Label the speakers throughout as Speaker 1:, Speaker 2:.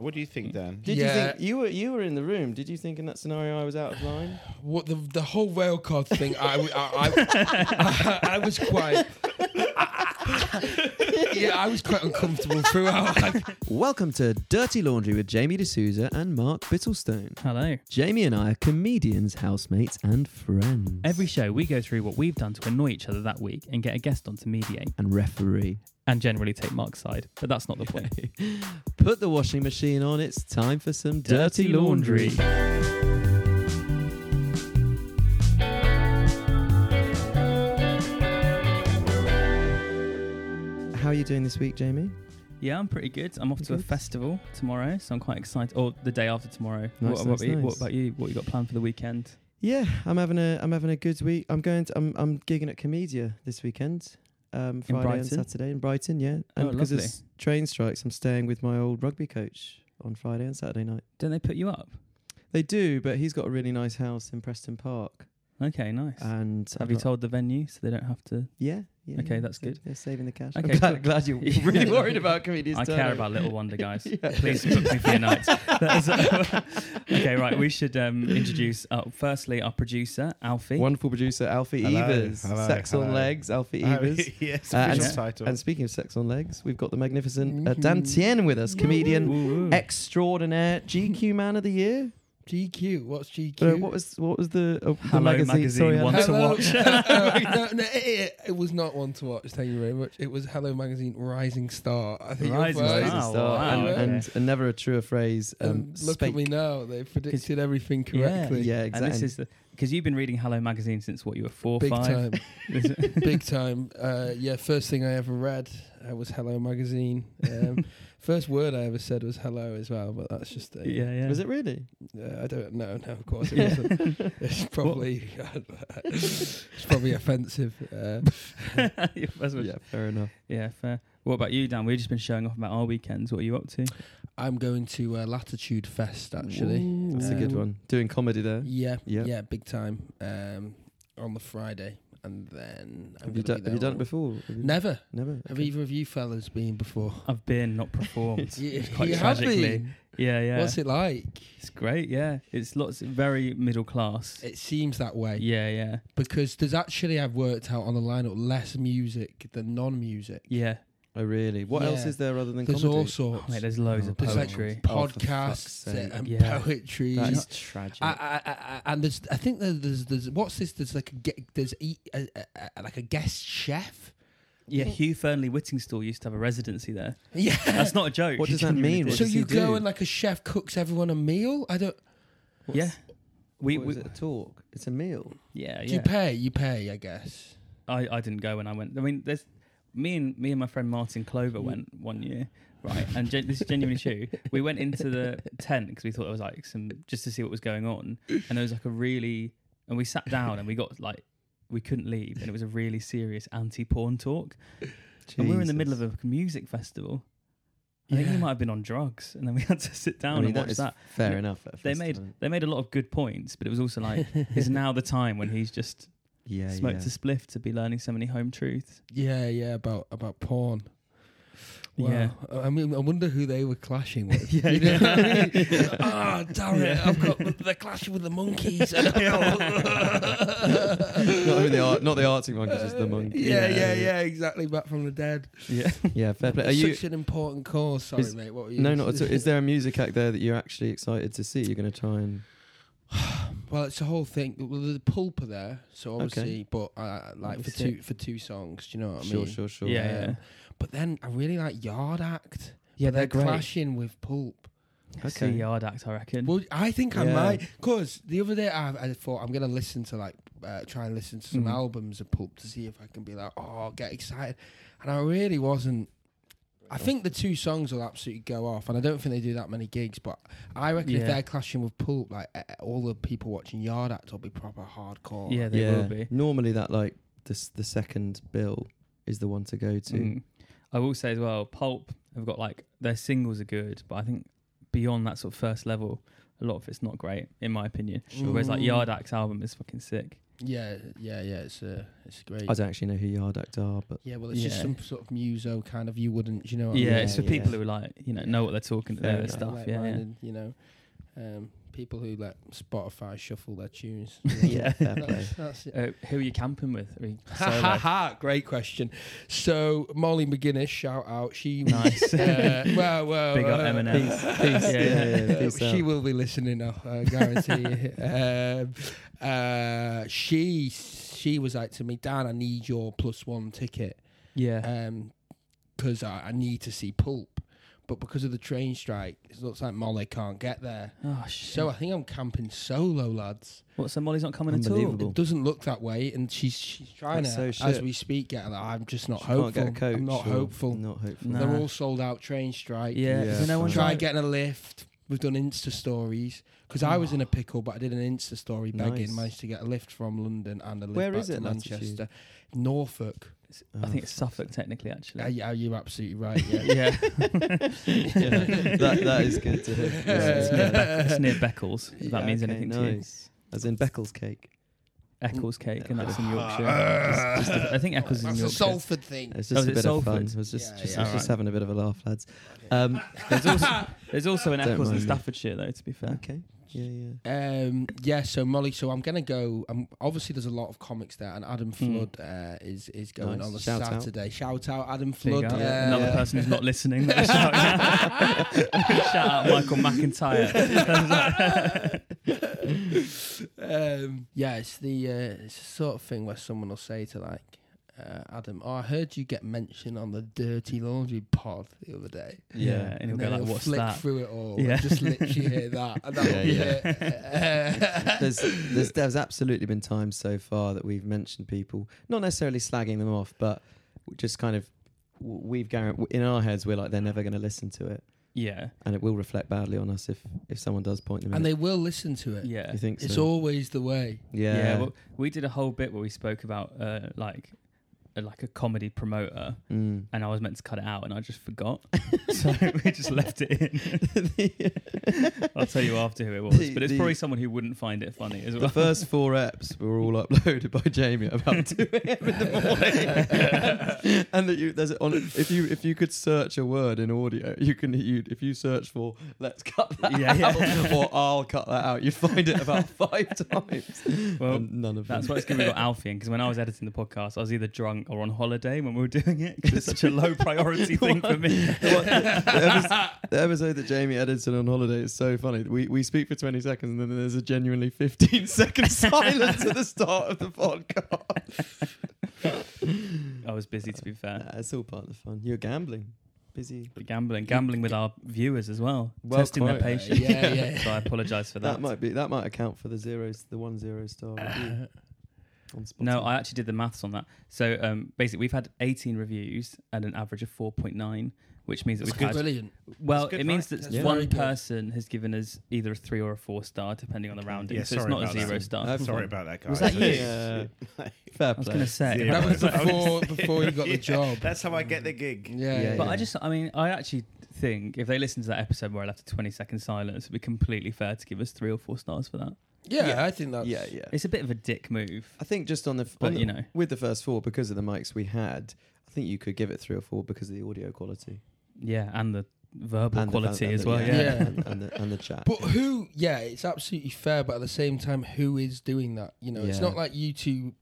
Speaker 1: What do you think, Dan?
Speaker 2: Did
Speaker 3: Yeah.
Speaker 2: you think you were you were in the room? Did you think in that scenario I was out of line?
Speaker 3: What the the whole rail card thing? I w- I- I- I was quite. yeah, I was quite uncomfortable throughout. I,
Speaker 2: Welcome to Dirty Laundry with Jamie D'Souza and Mark Bittlestone.
Speaker 4: Hello.
Speaker 2: Jamie and I are comedians, housemates, and friends.
Speaker 4: Every show, we go through what we've done to annoy each other that week and get a guest on to mediate
Speaker 2: and referee.
Speaker 4: and generally take Mark's side. But that's not the point.
Speaker 2: Put the washing machine on. It's time for some dirty,
Speaker 4: Dirty
Speaker 2: laundry.
Speaker 4: laundry.
Speaker 2: How are you doing this week, Jamie?
Speaker 4: Yeah, I'm pretty good. I'm off to a
Speaker 2: Good.
Speaker 4: festival tomorrow, so I'm quite excited. Or the day after tomorrow.
Speaker 2: Nice, nice,
Speaker 4: what, what, about you- what
Speaker 2: nice.
Speaker 4: about you? What you got planned for the weekend?
Speaker 2: Yeah, I'm having a I'm having a good week. I'm going to I'm I'm gigging at Comedia this weekend. Um, Friday and
Speaker 4: Brighton?
Speaker 2: Saturday in Brighton, yeah.
Speaker 4: Oh,
Speaker 2: And because
Speaker 4: lovely.
Speaker 2: it's train strikes, I'm staying with my old rugby coach on Friday and Saturday night.
Speaker 4: Don't they put you up?
Speaker 2: They do, but he's got a really nice house in Preston Park.
Speaker 4: Okay, nice.
Speaker 2: And
Speaker 4: Have
Speaker 2: I'm
Speaker 4: you
Speaker 2: not-
Speaker 4: told the venue so they don't have to?
Speaker 2: Yeah. yeah
Speaker 4: Okay,
Speaker 2: yeah,
Speaker 4: that's
Speaker 2: so
Speaker 4: good.
Speaker 2: They're saving the cash.
Speaker 4: Okay,
Speaker 2: I'm glad,
Speaker 4: cool.
Speaker 2: glad you're really
Speaker 4: Yeah.
Speaker 2: worried about comedians.
Speaker 4: I care
Speaker 2: turnover.
Speaker 4: about Little Wonder, guys.
Speaker 2: Yeah.
Speaker 4: Please book me for your nights. That is- okay, right. We should um, introduce, uh, firstly, our producer, Alfie.
Speaker 2: Wonderful producer Alfie
Speaker 1: Hello,
Speaker 2: Evers.
Speaker 1: hello,
Speaker 2: sex on
Speaker 1: hello.
Speaker 2: legs, Alfie
Speaker 1: Oh,
Speaker 2: Evers.
Speaker 1: yes,
Speaker 2: Uh, and
Speaker 1: official
Speaker 4: s-
Speaker 1: title.
Speaker 2: and speaking of sex on legs, we've got the magnificent
Speaker 4: Mm-hmm.
Speaker 2: uh, Dan Tien with us, comedian
Speaker 4: Woo-woo.
Speaker 2: extraordinaire, GQ man of the year.
Speaker 3: GQ, what's GQ?
Speaker 2: Uh, what was what was the, uh, the
Speaker 4: Hello magazine
Speaker 2: Sorry, I-
Speaker 4: one to
Speaker 3: Hello-
Speaker 4: watch.
Speaker 3: no, no, it, it was not one to watch. Thank you very much. It was Hello Magazine Rising Star. I think you're
Speaker 4: Rising
Speaker 3: right.
Speaker 2: Amazing
Speaker 4: Wow,
Speaker 2: star.
Speaker 4: Oh, wow,
Speaker 2: and,
Speaker 3: okay.
Speaker 2: and, and never a truer phrase. Um,
Speaker 3: Um, look at
Speaker 2: spake.
Speaker 3: me now. They predicted everything correctly.
Speaker 2: Yeah,
Speaker 4: And this
Speaker 2: exactly.
Speaker 4: is the because you've been reading Hello magazine since what you were four,
Speaker 3: Big
Speaker 4: five.
Speaker 3: time. Big time. Uh, yeah, first thing I ever read uh, was Hello Magazine. Um, first word I ever said was hello as well, but that's just a,
Speaker 4: yeah, yeah.
Speaker 2: Was it really?
Speaker 3: Uh, I don't know. No, of course it
Speaker 4: Yeah.
Speaker 3: wasn't. It's probably it's probably offensive. Uh,
Speaker 4: You might as well- yeah.
Speaker 2: Yeah, fair enough.
Speaker 4: fair. What about you, Dan? We've just been showing off about our weekends. What are you up to?
Speaker 3: I'm going to uh, Latitude Fest actually.
Speaker 2: That's a good
Speaker 3: Um,
Speaker 2: one. Doing comedy there.
Speaker 3: Yeah,
Speaker 2: Yeah.
Speaker 3: yeah, big time. Um, on the Friday, and then I'm
Speaker 2: Have you, done,
Speaker 3: gonna be
Speaker 2: have you
Speaker 3: there
Speaker 2: done it
Speaker 3: on-
Speaker 2: before? Have you-
Speaker 3: Never.
Speaker 2: Never.
Speaker 3: Have
Speaker 2: Okay.
Speaker 3: either of you fellas been before?
Speaker 4: I've been not performed.
Speaker 3: You,
Speaker 4: quite
Speaker 3: you have
Speaker 4: tragically.
Speaker 3: been.
Speaker 4: yeah, yeah.
Speaker 3: What's it like?
Speaker 4: It's great. Yeah, it's lots very middle class.
Speaker 3: It seems that way
Speaker 4: yeah, yeah,
Speaker 3: because there's actually I've worked out on the lineup less music than non-music.
Speaker 4: yeah.
Speaker 2: Oh, really? What else
Speaker 3: Yeah.
Speaker 2: is there other than
Speaker 3: There's
Speaker 2: comedy?
Speaker 3: all sorts.
Speaker 4: Oh, mate, there's loads
Speaker 2: Oh,
Speaker 4: of
Speaker 3: There's like
Speaker 4: poetry.
Speaker 2: Oh, for fuck's
Speaker 3: podcasts
Speaker 2: sake.
Speaker 3: and
Speaker 4: Yeah.
Speaker 3: poetry.
Speaker 2: That
Speaker 3: You
Speaker 2: is tragic.
Speaker 3: I, I, I- I, and there's, I think there- there's, there's, what's this? There's like a, ge- there's e a, a, a, like a guest chef.
Speaker 4: Yeah, Hugh Fernley Whittingstall used to have a residency there.
Speaker 3: Yeah.
Speaker 4: That's not a joke.
Speaker 2: What
Speaker 4: He
Speaker 2: does that
Speaker 4: genuinely
Speaker 2: mean?
Speaker 4: did.
Speaker 2: What
Speaker 3: so
Speaker 2: does he
Speaker 3: you go
Speaker 2: do?
Speaker 3: and like a chef cooks everyone a meal. I don't.
Speaker 4: yeah, we,
Speaker 2: What is
Speaker 4: we
Speaker 2: it a talk? It's a meal.
Speaker 4: yeah,
Speaker 3: Do you
Speaker 4: yeah.
Speaker 3: pay? You pay, I guess.
Speaker 4: I, I didn't go when I went. I mean, there's me and me and my friend Martin
Speaker 2: Mm.
Speaker 4: Clover went one year, right? And gen- this is genuinely true. We went into the tent because we thought it was like some just to see what was going on, and there was like a really and we sat down and we got like we couldn't leave, and it was a really serious anti-porn talk, and we were in the middle of a music festival. I think
Speaker 3: Yeah.
Speaker 4: he might have been on drugs, and then we had to sit down
Speaker 2: I mean,
Speaker 4: and
Speaker 2: that
Speaker 4: watch
Speaker 2: is
Speaker 4: that.
Speaker 2: Fair
Speaker 4: They-
Speaker 2: enough.
Speaker 4: They made they made a lot of good points, but it was also like, is now the time when he's just
Speaker 2: yeah, yeah.
Speaker 4: smoked a spliff to be learning so many home truths?
Speaker 3: Yeah, yeah, about about porn. Wow.
Speaker 4: Yeah.
Speaker 3: I mean, I wonder who they were clashing with.
Speaker 4: Yeah,
Speaker 3: You know
Speaker 4: yeah.
Speaker 3: what I mean? Ah, damn it! I've got they're clashing with the monkeys. I don't know.
Speaker 2: not, the art, not the Arctic monkeys, just the monkey.
Speaker 3: Yeah, yeah, yeah, exactly. Back from the dead.
Speaker 4: Yeah.
Speaker 2: Yeah, fair play. Are you?
Speaker 3: Such an important cause. Sorry,
Speaker 2: Is-
Speaker 3: mate. What were you?
Speaker 2: No, not at all. Is there a music act there that you're actually excited to see? You're going to try and.
Speaker 3: Well, it's the whole thing. Well, there's a pulp are there, so obviously, but uh, like for
Speaker 2: That's
Speaker 3: two for two songs. Do you know what I
Speaker 2: Sure,
Speaker 3: mean?
Speaker 2: sure, sure.
Speaker 4: Yeah.
Speaker 3: But then I really like Yard Act.
Speaker 2: Yeah,
Speaker 3: but
Speaker 2: they're great.
Speaker 3: clashing with pulp.
Speaker 4: Okay.
Speaker 2: Okay.
Speaker 4: yard act, I reckon.
Speaker 3: Well, I think I
Speaker 2: Yeah.
Speaker 3: might because the other day I, I thought I'm gonna listen to like uh, try and listen to some
Speaker 4: Mhm.
Speaker 3: albums of pulp to see if I can be like, oh, get excited. And I really wasn't. I think the two songs will absolutely go off, and I don't think they do that many gigs. But I reckon if
Speaker 4: Yeah.
Speaker 3: they're clashing with Pulp, like uh, all the people watching Yard Act will be proper hardcore.
Speaker 4: yeah, they will be.
Speaker 2: Normally, that like this the second bill is the one to go to.
Speaker 4: Mm. I will say as well, Pulp have got like their singles are good, but I think beyond that sort of first level, a lot of it's not great, in my opinion.
Speaker 3: Sure.
Speaker 4: Whereas like
Speaker 3: Mm.
Speaker 4: Yard Act's album is fucking sick.
Speaker 3: Yeah, yeah, yeah. It's uh, it's great.
Speaker 2: I don't actually know who Yarduct are, but
Speaker 3: Yeah, well, it's just
Speaker 4: Yeah.
Speaker 3: some sort of muso kind of you wouldn't, do you know. What
Speaker 4: yeah,
Speaker 3: I mean?
Speaker 4: it's for
Speaker 2: yeah.
Speaker 4: people who like you know know what they're talking
Speaker 3: Oh, Fair
Speaker 4: about their
Speaker 3: enough.
Speaker 4: stuff. Yeah, yeah.
Speaker 3: Like-minded, You know, um, people who let Spotify shuffle their tunes.
Speaker 4: Yeah.
Speaker 2: fair play.
Speaker 3: That's, that's it.
Speaker 4: Uh, who are you camping with? Are you
Speaker 3: Ha
Speaker 4: solo?
Speaker 3: ha ha! Great question. So Molly McGuinness, shout out. She was,
Speaker 4: Nice.
Speaker 3: uh, well, well,
Speaker 4: Big up
Speaker 3: uh,
Speaker 4: Eminem.
Speaker 2: Peace,
Speaker 4: Yeah,
Speaker 2: peace.
Speaker 4: yeah,
Speaker 2: yeah, yeah, peace
Speaker 3: she
Speaker 2: out.
Speaker 3: will be listening, I uh, guarantee. you. um, uh, she she was like to me, Dan, I need your plus one ticket
Speaker 4: yeah.
Speaker 3: because I, I need to see Pulp, but because of the train strike, it looks like Molly can't get there.
Speaker 4: oh shit.
Speaker 3: So I think I'm camping solo, lads.
Speaker 4: what? So Molly's not coming at all.
Speaker 2: Unbelievable.
Speaker 3: It doesn't look that way, and she's she's trying
Speaker 2: That's
Speaker 3: to
Speaker 2: so
Speaker 3: as
Speaker 2: shit.
Speaker 3: we speak. Get her, I'm just not
Speaker 2: She
Speaker 3: hopeful.
Speaker 2: Can't get a coach
Speaker 3: I'm not
Speaker 2: or-
Speaker 3: hopeful.
Speaker 2: Not hopeful.
Speaker 4: No.
Speaker 3: They're
Speaker 4: Nah.
Speaker 3: all sold out. Train strike.
Speaker 2: Yeah,
Speaker 4: Yeah. Is there no one
Speaker 2: fine.
Speaker 3: Try
Speaker 4: trying?
Speaker 3: getting a lift. We've done Insta stories because I was in a pickle, but I did an Insta story begging,
Speaker 2: Nice.
Speaker 3: managed to get a lift from London and a lift
Speaker 2: Where
Speaker 3: back
Speaker 2: is
Speaker 3: to
Speaker 2: it, latitude?
Speaker 3: Manchester, Norfolk.
Speaker 4: I think it's Suffolk technically, actually.
Speaker 3: Yeah, yeah, you're absolutely right. Yeah,
Speaker 4: yeah.
Speaker 2: Yeah, that, that is good to hear.
Speaker 4: It's, it's near
Speaker 2: Yeah.
Speaker 4: Beck- it's near Beckles, if that
Speaker 2: Yeah,
Speaker 4: means
Speaker 2: okay,
Speaker 4: anything to you.
Speaker 2: nice. As in Beckles cake.
Speaker 4: Eccles cake, and that's in Yorkshire.
Speaker 3: Ah.
Speaker 4: Just- just- I think Eccles is in
Speaker 3: That's a
Speaker 4: Yorkshire.
Speaker 3: Salford thing.
Speaker 2: It's
Speaker 4: Oh,
Speaker 2: just
Speaker 4: is
Speaker 2: a
Speaker 4: it
Speaker 2: bit of fun.
Speaker 4: Salford?
Speaker 2: It was just,
Speaker 3: Yeah,
Speaker 2: just,
Speaker 4: yeah.
Speaker 2: it's just
Speaker 4: Alright.
Speaker 2: having a bit of a laugh, lads. Um,
Speaker 4: There's also there's also an
Speaker 2: Don't
Speaker 4: Eccles in
Speaker 2: mind me.
Speaker 4: Staffordshire, though. To be fair.
Speaker 2: okay. Yeah, yeah.
Speaker 3: Um, yeah, so Molly, so I'm gonna go. Um, obviously, there's a lot of comics there, and Adam
Speaker 4: Hmm.
Speaker 3: Flood uh, is is going
Speaker 2: Nice.
Speaker 3: on the
Speaker 2: Shout out.
Speaker 3: Saturday. Shout out Adam
Speaker 4: Big
Speaker 3: Flood.
Speaker 4: up.
Speaker 3: uh,
Speaker 4: Another person who's not listening. that was shouting out. Shout out Michael McIntyre.
Speaker 3: um, yeah, it's the uh, it's the sort of thing where someone will say to like uh, Adam, "Oh, I heard you get mentioned on the Dirty Laundry Pod the other day."
Speaker 4: yeah, and he'll
Speaker 3: And
Speaker 4: go
Speaker 3: then
Speaker 4: like,
Speaker 3: he'll
Speaker 4: "What's
Speaker 3: flick
Speaker 4: that?"
Speaker 3: through it all.
Speaker 4: Yeah.
Speaker 3: And just literally hear that. And that'll
Speaker 2: Yeah,
Speaker 3: be it.
Speaker 2: there's, there's there's absolutely been times so far that we've mentioned people, not necessarily slagging them off, but just kind of w- we've guaran- in our heads we're like they're never going to listen to it,
Speaker 4: Yeah,
Speaker 2: and it will reflect badly on us if if someone does point them.
Speaker 3: and
Speaker 2: in.
Speaker 3: they will listen to it.
Speaker 4: yeah.
Speaker 2: you think
Speaker 3: It's
Speaker 2: so?
Speaker 3: always the way.
Speaker 2: yeah,
Speaker 4: Yeah, well, we did a whole bit where we spoke about uh, like uh, like a comedy promoter,
Speaker 2: Mm.
Speaker 4: and I was meant to cut it out, and I just forgot, so we just left it in. I'll tell you after who it was,
Speaker 2: The-
Speaker 4: but it's
Speaker 2: the-
Speaker 4: probably someone who wouldn't find it funny as
Speaker 2: The
Speaker 4: well.
Speaker 2: first four eps were all uploaded by Jamie at about two a.m. in the morning, and, that you there's on if you if you could search a word in audio, you can you if you search for let's cut that
Speaker 4: Yeah,
Speaker 2: out
Speaker 4: yeah.
Speaker 2: or I'll cut that out, you'd find it about five times.
Speaker 4: Well,
Speaker 2: and none of
Speaker 4: That's
Speaker 2: them.
Speaker 4: why it's good we got Alfie in because when I was editing the podcast, I was either drunk or on holiday when we were doing it because it's such a low priority thing for me.
Speaker 2: The one- the, episode, the episode that Jamie Edison on holiday is so funny. We we speak for twenty seconds and then there's a genuinely fifteen second silence at the start of the podcast.
Speaker 4: I was busy, to be fair.
Speaker 2: Nah, it's all part of the fun. You're gambling, busy.
Speaker 4: But gambling, gambling with our viewers as well,
Speaker 2: Well,
Speaker 4: testing their
Speaker 2: quite, uh,
Speaker 4: patience.
Speaker 3: yeah, yeah.
Speaker 4: So I apologise for
Speaker 2: That,
Speaker 4: that.
Speaker 2: might be that might account for the zeros, the one zero star review on Spotify.
Speaker 4: no, I actually did the maths on that. So um, basically, we've had 18 reviews and an average of 4.9, which means that
Speaker 3: It's
Speaker 4: we've had
Speaker 3: brilliant.
Speaker 4: Well,
Speaker 1: That's good,
Speaker 4: it means
Speaker 1: right?
Speaker 4: that
Speaker 3: That's
Speaker 4: one
Speaker 3: very good.
Speaker 4: person has given us either a three or a four star, depending on the rounding.
Speaker 1: Yeah,
Speaker 4: so it's
Speaker 1: sorry
Speaker 4: not a
Speaker 1: about that.
Speaker 4: zero star.
Speaker 2: I've-
Speaker 1: Sorry about that, guys.
Speaker 2: Was that you? fair
Speaker 4: I was
Speaker 2: play.
Speaker 4: going to say.
Speaker 1: Yeah,
Speaker 3: that was
Speaker 1: but-
Speaker 3: before before you got the job.
Speaker 1: That's how I get the gig.
Speaker 3: yeah,
Speaker 2: Yeah,
Speaker 4: But
Speaker 2: yeah.
Speaker 4: I just, I mean, I actually think if they listen to that episode where I left a 20 second silence, it'd be completely fair to give us three or four stars for that.
Speaker 3: yeah, I think that's
Speaker 2: yeah, yeah.
Speaker 4: It's a bit of a dick move.
Speaker 2: I think just on the,
Speaker 4: But,
Speaker 2: on the-
Speaker 4: you know.
Speaker 2: with the first four because of the mics we had, I think you could give it three or four because of the audio quality
Speaker 4: Yeah, and the verbal
Speaker 2: And the
Speaker 4: quality
Speaker 2: fan- and
Speaker 4: as
Speaker 2: the-
Speaker 4: well. Yeah.
Speaker 3: Yeah.
Speaker 2: and, and the, and the chat.
Speaker 3: But who? Yeah, it's absolutely fair. But at the same time, who is doing that? You know, it's
Speaker 2: Yeah.
Speaker 3: not like you two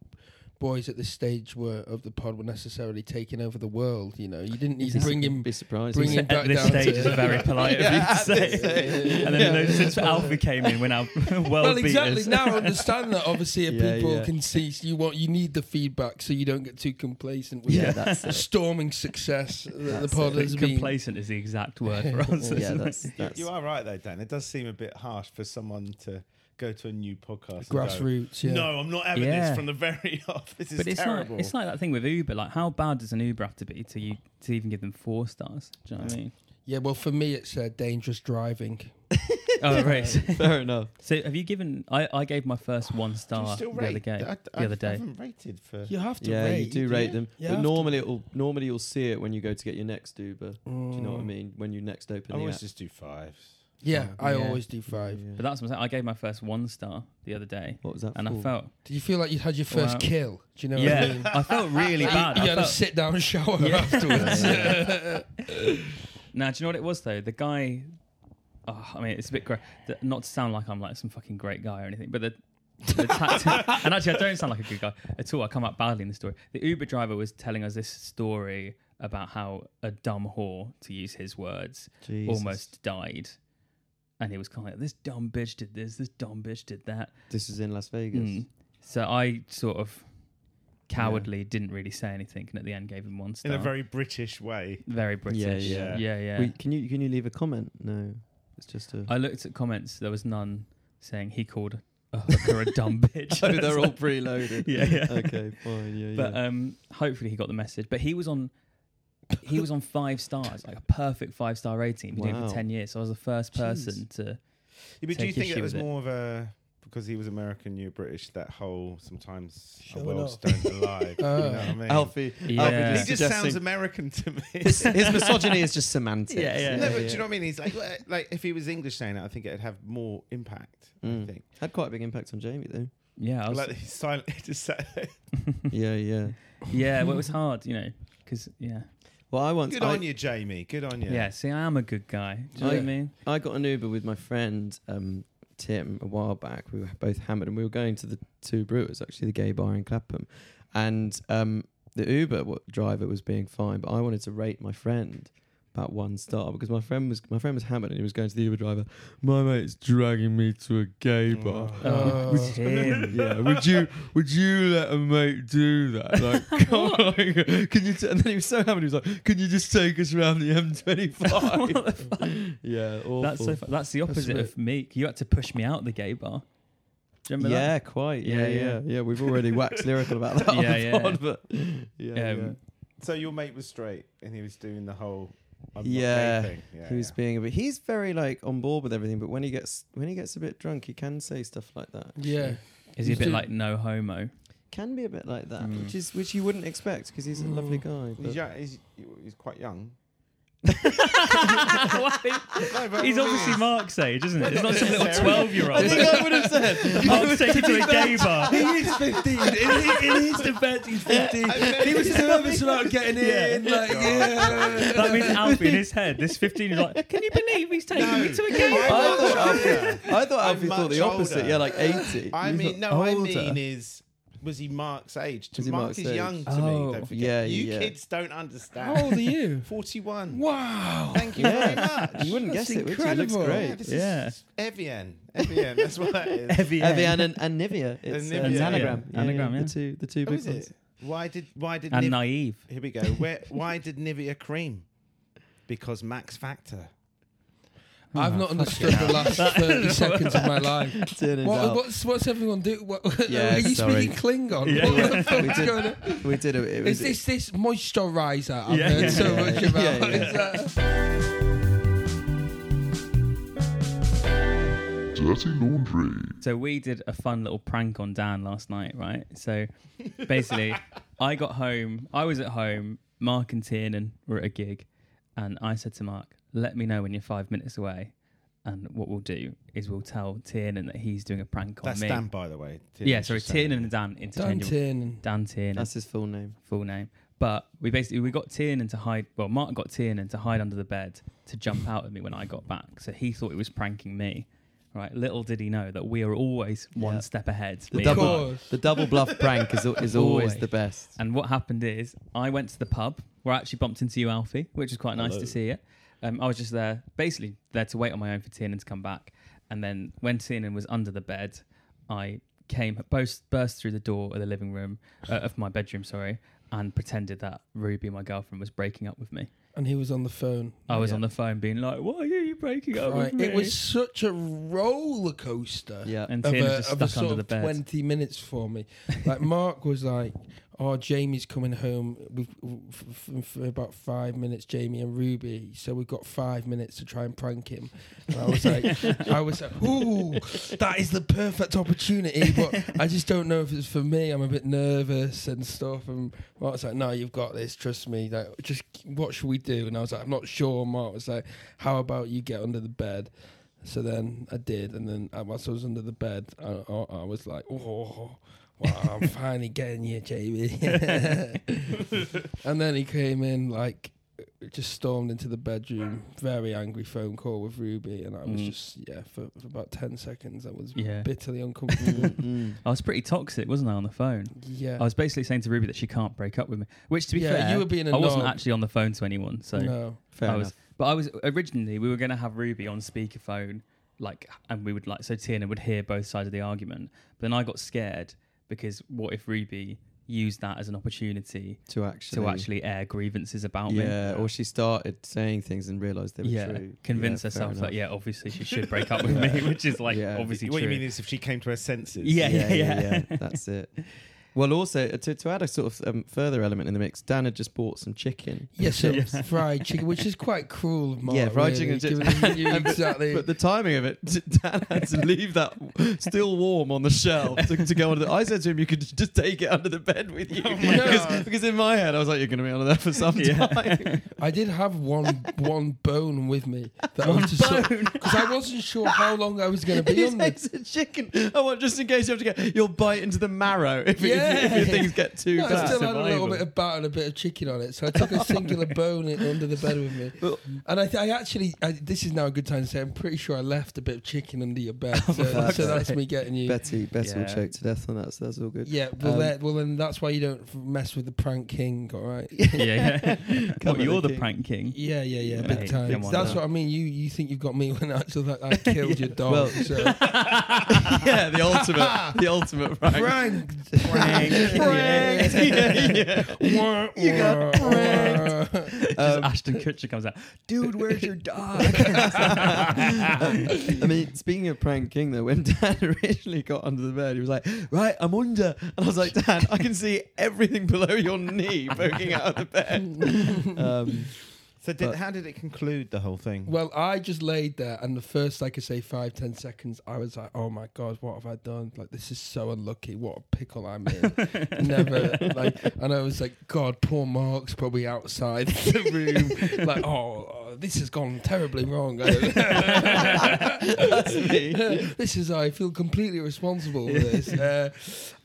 Speaker 3: boys at this stage were of the pod were necessarily taking over the world. You know, you didn't need to
Speaker 2: It's-
Speaker 3: bring him.
Speaker 2: Be surprised.
Speaker 3: bring
Speaker 2: isn't
Speaker 3: him
Speaker 2: it?
Speaker 3: back
Speaker 4: At this
Speaker 3: down
Speaker 4: stage
Speaker 3: to-
Speaker 4: is a very polite
Speaker 2: Yeah,
Speaker 4: of you
Speaker 2: at
Speaker 4: to
Speaker 2: this
Speaker 4: say.
Speaker 2: stage.
Speaker 4: and then you know, since Alfie came in, when our world
Speaker 3: Well, exactly.
Speaker 4: beaters.
Speaker 3: Now I understand that. Obviously, if
Speaker 2: Yeah,
Speaker 3: people
Speaker 2: yeah.
Speaker 3: can see you want, you need the feedback so you don't get too complacent with
Speaker 2: Yeah,
Speaker 3: the
Speaker 2: that's it.
Speaker 3: storming success that the
Speaker 2: That's
Speaker 3: pod
Speaker 2: it.
Speaker 3: has been.
Speaker 4: complacent is the exact word for us.
Speaker 2: yeah,
Speaker 4: isn't it?
Speaker 2: that's, that's
Speaker 1: You are right, though, Dan. It does seem a bit harsh for someone to go to a new podcast. and go,
Speaker 3: Grassroots. Yeah.
Speaker 1: No, I'm not having
Speaker 4: Yeah.
Speaker 1: this from the very off. This is
Speaker 4: but it's
Speaker 1: terrible.
Speaker 4: like it's like that thing with Uber. Like, how bad does an Uber have to be to you to even give them four stars? Do you know what I mean?
Speaker 3: Yeah. Well, for me, it's uh, dangerous driving. Uh,
Speaker 4: oh, right.
Speaker 2: fair enough.
Speaker 4: So, have you given? I, I gave my first one
Speaker 1: Do you
Speaker 4: star
Speaker 1: still
Speaker 4: the other
Speaker 1: rate?
Speaker 4: day.
Speaker 1: I,
Speaker 4: the other
Speaker 1: I
Speaker 4: day.
Speaker 1: haven't rated for.
Speaker 3: You have to.
Speaker 2: Yeah,
Speaker 3: rate,
Speaker 2: you do rate them,
Speaker 3: You have
Speaker 2: but
Speaker 3: to.
Speaker 2: normally it'll normally you'll see it when you go to get your next Uber. Do you know what I
Speaker 3: Mm.
Speaker 2: mean? When you next open
Speaker 1: I
Speaker 2: the
Speaker 1: always
Speaker 2: app.
Speaker 1: just do fives.
Speaker 3: Yeah,
Speaker 2: Five.
Speaker 3: I
Speaker 4: Yeah.
Speaker 3: always do five.
Speaker 2: Yeah.
Speaker 4: But that's what I'm saying. I gave my first one star the other day,
Speaker 2: what was that?
Speaker 4: and
Speaker 2: for?
Speaker 4: I felt
Speaker 3: Do you feel like you'd had your first
Speaker 4: Wow.
Speaker 3: kill? Do you know what I
Speaker 4: yeah,
Speaker 3: mean?
Speaker 4: I felt really bad.
Speaker 3: You,
Speaker 4: I
Speaker 3: you had a
Speaker 4: felt-
Speaker 3: sit down shower
Speaker 4: Yeah.
Speaker 3: afterwards.
Speaker 4: Now, do you know what it was though? The guy. Oh, I mean, it's a bit gross. Not to sound like I'm like some fucking great guy or anything, but the. the taxi- and actually, I don't sound like a good guy at all. I come out badly in the story. The Uber driver was telling us this story about how a dumb whore, to use his words,
Speaker 2: Jesus.
Speaker 4: almost died. And he was kind of like, this dumb bitch did this, this dumb bitch did that.
Speaker 2: This is in Las Vegas.
Speaker 4: Mm. So I sort of cowardly didn't really say anything and at the end gave him one star.
Speaker 1: in a very British way.
Speaker 4: Very British.
Speaker 2: yeah.
Speaker 4: yeah. yeah.
Speaker 2: Wait, can you can you leave a comment? No, it's just a.
Speaker 4: I looked at comments. There was none saying he called a hooker a dumb bitch.
Speaker 2: oh, they're all preloaded.
Speaker 4: yeah, yeah.
Speaker 2: okay, fine. Yeah,
Speaker 4: But
Speaker 2: yeah.
Speaker 4: um, hopefully he got the message. But he was on, he was on five stars, like a perfect five star rating. He'd been doing it
Speaker 2: Wow.
Speaker 4: for ten years, so I was the first person to.
Speaker 1: Yeah, but do you
Speaker 4: Take
Speaker 1: think
Speaker 4: issue
Speaker 1: it was
Speaker 4: with it.
Speaker 1: more of a because he was American, you're British? That whole sometimes our
Speaker 3: Showing
Speaker 1: world's
Speaker 3: off.
Speaker 1: don't alive. you
Speaker 4: Oh.
Speaker 1: know what I mean?
Speaker 2: Alfie,
Speaker 4: Yeah.
Speaker 1: Oh, He
Speaker 2: Alfie just
Speaker 1: just
Speaker 2: suggesting-
Speaker 1: sounds American to me.
Speaker 2: his, his misogyny is just semantics.
Speaker 4: Yeah, yeah.
Speaker 1: no, but do you know what I mean? He's like, well, like if he was English saying it, I think it'd have more impact.
Speaker 2: Mm.
Speaker 1: I think.
Speaker 2: Had quite a big impact on Jamie though.
Speaker 4: Yeah, I was,
Speaker 1: Like he's silent, he just sat there.
Speaker 2: yeah, yeah.
Speaker 4: yeah. Well, it was hard, you know, because yeah.
Speaker 2: Well, I once
Speaker 1: Good
Speaker 2: I,
Speaker 1: on you, Jamie. Good on
Speaker 4: yeah,
Speaker 1: you.
Speaker 4: See, I am a good guy. Do you know what I
Speaker 2: Yeah.
Speaker 4: mean?
Speaker 2: I got an Uber with my friend um, Tim a while back. We were both hammered, and we were going to the Two Brewers, actually the gay bar in Clapham. And um, the Uber wa- driver was being fine, but I wanted to rate my friend about one star because my friend was my friend was hammered, and he was going to the Uber driver. My mate's dragging me to a gay bar.
Speaker 1: Oh.
Speaker 4: Oh,
Speaker 3: Uh,
Speaker 4: Tim.
Speaker 2: Yeah, would you would you let a mate do that? Like, come on, can you? T-? And then he was so hammered. He was like, "Can you just take us around the M25?" yeah, awful.
Speaker 4: That's so. Fu- that's the
Speaker 2: That's a
Speaker 4: opposite
Speaker 2: bit-
Speaker 4: of meek. You had to push me out the gay bar. Do you remember that?
Speaker 2: yeah, quite. Yeah,
Speaker 4: Yeah,
Speaker 2: yeah, yeah,
Speaker 4: yeah.
Speaker 2: We've already waxed lyrical about that.
Speaker 4: Yeah,
Speaker 2: on the
Speaker 4: yeah.
Speaker 2: Pod, but yeah, yeah.
Speaker 4: Um,
Speaker 1: So your mate was straight, and he was doing the whole I'm not gay
Speaker 2: Yeah.
Speaker 1: thing. Yeah,
Speaker 2: he was
Speaker 1: yeah.
Speaker 2: being a bit. He's very like on board with everything, but when he gets when he gets a bit drunk, he can say stuff like that.
Speaker 3: yeah.
Speaker 4: Is he a
Speaker 3: You
Speaker 4: bit
Speaker 3: do-
Speaker 4: like no homo?
Speaker 2: Can be a bit like that,
Speaker 4: Mm.
Speaker 2: which is which you wouldn't expect because he's a lovely guy.
Speaker 1: He's,
Speaker 2: but-
Speaker 1: young, he's, he's quite young.
Speaker 4: Why? He's obviously Mark's age, isn't it? It's not some little
Speaker 1: Necessarily.
Speaker 4: 12 year old.
Speaker 2: I think I would have said.
Speaker 4: Mark's taken to a gay bar.
Speaker 3: He is 15. In, in his defense, he's 15. he was nervous about getting in. Like, yeah.
Speaker 4: That means Alfie in his head, this 15 is like, can you believe he's taking me to a gay
Speaker 1: I'm
Speaker 4: bar?
Speaker 2: I
Speaker 1: much older.
Speaker 2: thought Alfie, I thought
Speaker 1: I'm
Speaker 2: Alfie thought
Speaker 1: much
Speaker 2: the opposite.
Speaker 1: older.
Speaker 2: Yeah, like eighty.
Speaker 1: I
Speaker 2: You
Speaker 1: mean,
Speaker 2: thought
Speaker 1: no, I
Speaker 2: older.
Speaker 1: mean is was he Mark's age?
Speaker 2: Was he
Speaker 1: Mark
Speaker 2: Mark's
Speaker 1: is
Speaker 2: age?
Speaker 1: young to
Speaker 4: Oh,
Speaker 1: me. Don't forget.
Speaker 2: yeah,
Speaker 1: you
Speaker 2: yeah.
Speaker 1: kids don't understand.
Speaker 3: How old are you?
Speaker 1: Forty-one.
Speaker 3: Wow.
Speaker 1: Thank you very
Speaker 2: Yeah,
Speaker 1: much.
Speaker 2: you wouldn't
Speaker 3: That's
Speaker 2: guess it. Would you? It looks
Speaker 3: incredible.
Speaker 1: Yeah,
Speaker 2: great.
Speaker 1: this
Speaker 4: Yeah.
Speaker 1: is Evian. Evian. That's what that is.
Speaker 2: Evian and, and Nivea. It's
Speaker 1: Nivea,
Speaker 2: uh, it's
Speaker 1: yeah.
Speaker 2: anagram.
Speaker 4: Yeah, anagram, yeah.
Speaker 2: The two, the two
Speaker 1: Who
Speaker 2: big
Speaker 1: is
Speaker 2: ones.
Speaker 1: it? Why did why did
Speaker 4: And
Speaker 1: Niv-
Speaker 4: naive.
Speaker 1: here we go? Where why did Nivea cream? Because Max Factor.
Speaker 3: I've
Speaker 2: Oh,
Speaker 3: not understood the last 30 seconds of my life.
Speaker 2: Turn it
Speaker 3: What,
Speaker 2: out.
Speaker 3: what's, what's everyone do? What,
Speaker 2: Yeah,
Speaker 3: are you
Speaker 2: sorry.
Speaker 3: speaking Klingon?
Speaker 4: Yeah,
Speaker 3: what
Speaker 2: yeah.
Speaker 3: the
Speaker 2: We
Speaker 3: fuck's
Speaker 2: did-
Speaker 3: going on?
Speaker 2: We did it. it was,
Speaker 3: Is this this moisturizer I've
Speaker 4: Yeah,
Speaker 3: heard
Speaker 4: yeah,
Speaker 3: so
Speaker 2: yeah,
Speaker 3: much
Speaker 2: yeah,
Speaker 3: about?
Speaker 2: yeah.
Speaker 3: Is that-
Speaker 5: Dirty Laundry.
Speaker 4: So we did a fun little prank on Dan last night, right? So basically, I got home. I was at home. Mark and Tiernan were at a gig, and I said to Mark, "Let me know when you're five minutes away, and what we'll do is we'll tell Tiernan that he's doing a prank on
Speaker 1: That's
Speaker 4: me."
Speaker 1: Dan, by the way.
Speaker 4: yeah, sorry, Tiernan and
Speaker 1: Dan.
Speaker 4: Dan
Speaker 3: Dan
Speaker 4: interchangeable.
Speaker 3: Tiernan.
Speaker 4: Dan Tiernan,
Speaker 2: That's his full name.
Speaker 4: full name. But we basically we got Tiernan to hide. Well, Mark got Tiernan to hide under the bed to jump out at me when I got back. So he thought it was pranking me. Right, little did he know that we are always one
Speaker 2: Yeah.
Speaker 4: step ahead.
Speaker 2: The
Speaker 4: me and
Speaker 2: double,
Speaker 4: Mark.
Speaker 3: course.
Speaker 2: the double bluff prank is, al- is always the best.
Speaker 4: And what happened is I went to the pub where I actually bumped into you, Alfie, which was quite nice
Speaker 1: Hello.
Speaker 4: to see you. Um, I was just there, basically there to wait on my own for Tiernan to come back. And then when Tiernan was under the bed, I came, burst, burst through the door of the living room, uh, of my bedroom, sorry, and pretended that Ruby, my girlfriend, was breaking up with me.
Speaker 3: And he was on the phone.
Speaker 4: I was
Speaker 2: Yeah.
Speaker 4: on the phone being like, why are you breaking up
Speaker 3: Right.
Speaker 4: with me?
Speaker 3: It was such a roller coaster.
Speaker 2: Yeah.
Speaker 4: and
Speaker 3: of
Speaker 4: Tiernan
Speaker 3: a,
Speaker 4: just
Speaker 3: of a
Speaker 4: stuck
Speaker 3: sort
Speaker 4: under
Speaker 3: of
Speaker 4: the bed.
Speaker 3: 20 minutes for me. Like, Mark was like, Oh, Jamie's coming home with, f- f- for about five minutes, Jamie and Ruby. So we've got five minutes to try and prank him. And I was like, I was like, Ooh, that is the perfect opportunity. But I just don't know if it's for me. I'm a bit nervous and stuff. And Mark's like, No, you've got this. Trust me. Like, just what should we do? And I was like, I'm not sure. And Mark was like, How about you get under the bed? So then I did, and then uh, whilst I was under the bed, I, I, I was like, oh. Wow, I'm finally getting you, Jamie. and then he came in, like, just stormed into the bedroom, very angry phone call with Ruby. And I was
Speaker 4: Mm.
Speaker 3: just, yeah, for, for about 10 seconds, I was
Speaker 4: Yeah.
Speaker 3: bitterly uncomfortable.
Speaker 4: I was pretty toxic, wasn't I, on the phone?
Speaker 3: yeah.
Speaker 4: I was basically saying to Ruby that she can't break up with me, which to be
Speaker 3: yeah,
Speaker 4: fair,
Speaker 3: you were being a
Speaker 4: I wasn't
Speaker 3: knob.
Speaker 4: actually on the phone to anyone. So
Speaker 3: No.
Speaker 2: Fair
Speaker 4: I was,
Speaker 2: enough.
Speaker 4: but I was originally we were going to have Ruby on speakerphone, like, and we would like so Tina would hear both sides of the argument. But then I got scared because what if Ruby used that as an opportunity
Speaker 2: To actually,
Speaker 4: to actually air grievances about me?
Speaker 2: yeah, or she started saying things and realised they were
Speaker 4: yeah,
Speaker 2: true.
Speaker 4: convince
Speaker 2: Yeah, fair
Speaker 4: herself that
Speaker 2: enough.
Speaker 4: yeah, obviously she should break up with me, which is like
Speaker 2: Yeah.
Speaker 4: obviously
Speaker 1: what
Speaker 4: true.
Speaker 1: you mean is if she came to her senses.
Speaker 4: Yeah. yeah.
Speaker 2: That's it. Well, also uh, to, to add a sort of um, further element in the mix, Dan had just bought some chicken.
Speaker 3: Yes, so fried chicken, which is quite cruel of Mark.
Speaker 2: Yeah, fried chicken
Speaker 3: really,
Speaker 2: and chips.
Speaker 3: given you exactly.
Speaker 2: But the timing of it, Dan had to leave that still warm on the shelf to, to go under the. I said to him, "You could just take it under the bed with you,"
Speaker 3: my
Speaker 2: because,
Speaker 3: God.
Speaker 2: because in my head I was like, "You're going to be under there for some
Speaker 4: Yeah.
Speaker 2: time."
Speaker 3: I did have one one bone with me that I was just because I wasn't sure how long I was going to be
Speaker 2: He
Speaker 3: on this.
Speaker 2: says, "A chicken. I want just in case you have to get. You'll bite into the marrow if, it- if,
Speaker 3: Yeah.
Speaker 2: if things get too
Speaker 3: No, I
Speaker 2: bad.
Speaker 3: still had a little
Speaker 4: survival.
Speaker 3: bit of batter and a bit of chicken on it, so I took a singular bone in- under the bed with me. And I, th- I actually, I, this is now a good time to say, I'm pretty sure I left a bit of chicken under your bed, so,
Speaker 2: fuck's
Speaker 3: so that's me getting you.
Speaker 2: Betty, Betty will
Speaker 4: Yeah.
Speaker 2: choke to death on that, so that's all good.
Speaker 3: Yeah, well,
Speaker 2: Um,
Speaker 3: there- well then that's why you don't f- mess with the prank king, all right?
Speaker 4: yeah, yeah.
Speaker 2: Come
Speaker 4: Well,
Speaker 2: on,
Speaker 4: you're the
Speaker 2: King.
Speaker 4: prank king.
Speaker 3: Yeah, yeah, yeah,
Speaker 4: Yeah,
Speaker 3: big
Speaker 4: mate,
Speaker 3: time.
Speaker 4: come on
Speaker 3: That's
Speaker 4: now.
Speaker 3: what I mean. You you think you've got me when actually like, I killed your dog.
Speaker 2: Well-
Speaker 3: so.
Speaker 2: yeah, the ultimate, the ultimate prank.
Speaker 3: Frank.
Speaker 4: Pranked.
Speaker 2: Yeah, yeah.
Speaker 3: you got pranked.
Speaker 2: Um,
Speaker 4: Just Ashton Kutcher comes out. Dude, where's your dog?
Speaker 2: I mean, speaking of prank king, though, when Dan originally got under the bed, he was like, "Right, I'm under," and I was like, "Dan, I can see everything below your knee poking out of the bed." Um,
Speaker 1: So did,
Speaker 2: But-
Speaker 1: how did it conclude the whole thing?
Speaker 3: well, I just laid there, and the first, like I say, five ten seconds, I was like, "Oh my god, what have I done? Like, this is so unlucky. What a pickle I'm in." Never like, and I was like, "God, poor Mark's probably outside the room. like, oh, oh, this has gone terribly wrong. I don't
Speaker 2: that's me.
Speaker 3: this is I feel completely responsible for this. Uh,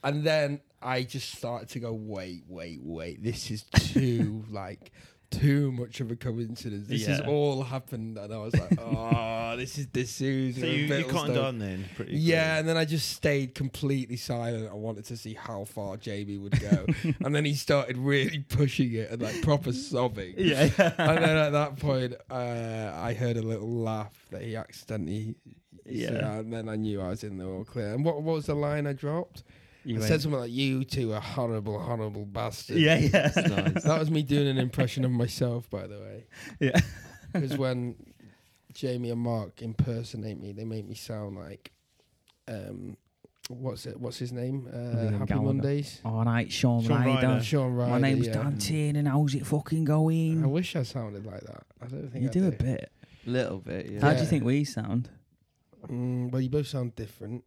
Speaker 3: and then I just started to go, wait, wait, wait. This is too like too much of a coincidence. This has
Speaker 4: Yeah.
Speaker 3: all happened, and I was like, oh, this is this is
Speaker 1: so you, you cottoned on then, pretty.
Speaker 3: Yeah, and then I just stayed completely silent. I wanted to see how far Jamie would go, and then he started really pushing it and like proper sobbing
Speaker 4: yeah, yeah.
Speaker 3: and then at that point, uh, I heard a little laugh that he accidentally.
Speaker 4: Yeah.
Speaker 3: said, and then I knew I was in the all clear. And what, what was the line I dropped?
Speaker 4: You
Speaker 3: I
Speaker 4: went-
Speaker 3: said something like, "You two are horrible, horrible bastards."
Speaker 4: yeah, yeah,
Speaker 2: Nice.
Speaker 3: That was me doing an impression of myself, by the way.
Speaker 4: yeah.
Speaker 3: Because when Jamie and Mark impersonate me, they make me sound like, um, what's it? What's his name? Uh,
Speaker 4: Liam
Speaker 3: Happy
Speaker 4: Gallagher.
Speaker 3: Mondays.
Speaker 4: All right, Sean,
Speaker 1: Sean
Speaker 4: Ryder.
Speaker 1: Ryder.
Speaker 3: Sean Ryder.
Speaker 4: My name's
Speaker 3: yeah.
Speaker 4: Dan Tien, and how's it fucking
Speaker 3: I
Speaker 4: going?
Speaker 3: wish I sounded like that. I don't think
Speaker 4: You
Speaker 3: I
Speaker 4: do a bit.
Speaker 2: Little bit. Yeah.
Speaker 4: How do
Speaker 3: Yeah.
Speaker 4: you think we sound?
Speaker 3: Mm, well, you both sound different.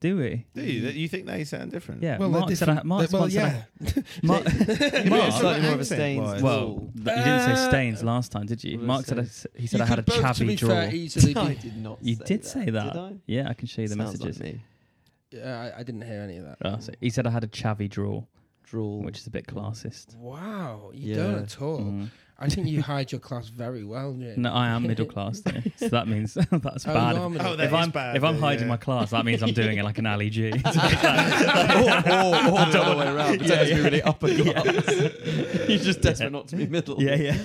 Speaker 4: Do we?
Speaker 1: Do you? You think they sound different?
Speaker 4: Yeah.
Speaker 3: Well,
Speaker 4: Mark
Speaker 3: they're
Speaker 4: said I,
Speaker 3: different-
Speaker 4: Mark's
Speaker 3: well,
Speaker 4: once said I-
Speaker 3: yeah.
Speaker 4: Mark, Mark-
Speaker 1: Mark-
Speaker 2: slightly more of a
Speaker 1: accent
Speaker 2: stains.
Speaker 1: wise.
Speaker 4: well, th- you didn't say
Speaker 3: Uh,
Speaker 4: stains last time, did you?
Speaker 2: what did I
Speaker 4: Mark said I,
Speaker 2: say?
Speaker 4: s- he said I
Speaker 3: You
Speaker 4: had a
Speaker 3: could both, to
Speaker 4: chavvy
Speaker 3: be
Speaker 4: draw.
Speaker 3: Fair, easily
Speaker 2: I
Speaker 3: be,
Speaker 2: did not.
Speaker 4: You did say that.
Speaker 2: Did I?
Speaker 4: yeah, I can show you the
Speaker 2: Sounds
Speaker 4: messages.
Speaker 2: Like me.
Speaker 3: yeah, I, I didn't hear any of that.
Speaker 4: Oh, so he said I had a chavvy draw,
Speaker 2: Drawl.
Speaker 4: which is a bit classist.
Speaker 3: Wow, you
Speaker 2: Yeah.
Speaker 3: don't at all.
Speaker 4: Mm.
Speaker 3: I think you hide your class very well, Jay.
Speaker 4: No, I am middle class, though, so that means that's
Speaker 3: Oh, you
Speaker 4: bad.
Speaker 3: are
Speaker 4: If-
Speaker 3: middle
Speaker 1: Oh, that
Speaker 4: If
Speaker 1: is
Speaker 4: I'm
Speaker 1: bad,
Speaker 4: if I'm
Speaker 1: though,
Speaker 4: hiding
Speaker 1: yeah.
Speaker 4: my class, that means I'm doing it like an Ali G.
Speaker 2: or, or, or the other way around. Pretend to be
Speaker 4: Yeah, yeah.
Speaker 2: really upper class. You're just desperate
Speaker 4: Yeah.
Speaker 2: not to be middle.
Speaker 4: yeah, yeah.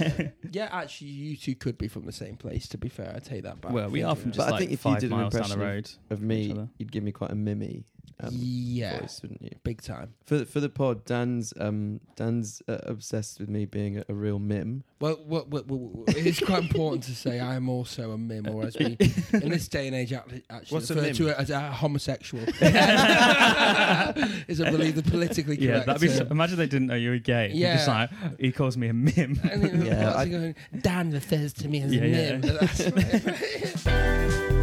Speaker 3: yeah, actually, you two could be from the same place. To be fair, I take that back.
Speaker 4: Well, we are from
Speaker 3: Thinking
Speaker 2: But
Speaker 4: just
Speaker 2: I
Speaker 4: like
Speaker 2: think if you
Speaker 4: five
Speaker 2: did an
Speaker 4: miles down the
Speaker 2: impression
Speaker 4: road.
Speaker 2: Of
Speaker 4: Each
Speaker 2: me,
Speaker 4: other.
Speaker 2: you'd give me quite a mimmy
Speaker 3: about
Speaker 2: um,
Speaker 3: it. yeah,
Speaker 2: voice, wouldn't you?
Speaker 3: big time.
Speaker 2: For the, for the pod, Dan's um, Dan's uh, obsessed with me being a, a real mime.
Speaker 3: Well, well, well, well, well, it's quite important to say I am also a mim, or as we in this day and age act- actually
Speaker 1: What's a
Speaker 3: refer
Speaker 1: mim?
Speaker 3: to it as a homosexual. is I believe the politically correct.
Speaker 4: Yeah, that'd be. So,
Speaker 3: term.
Speaker 4: imagine they didn't know you were gay. Yeah,
Speaker 3: Yeah.
Speaker 4: just like, he calls me a mim.
Speaker 3: And then
Speaker 2: Yeah,
Speaker 3: lots of
Speaker 2: I-
Speaker 3: going, Dan refers to me as
Speaker 4: Yeah,
Speaker 3: a
Speaker 4: yeah.
Speaker 3: mim. That's-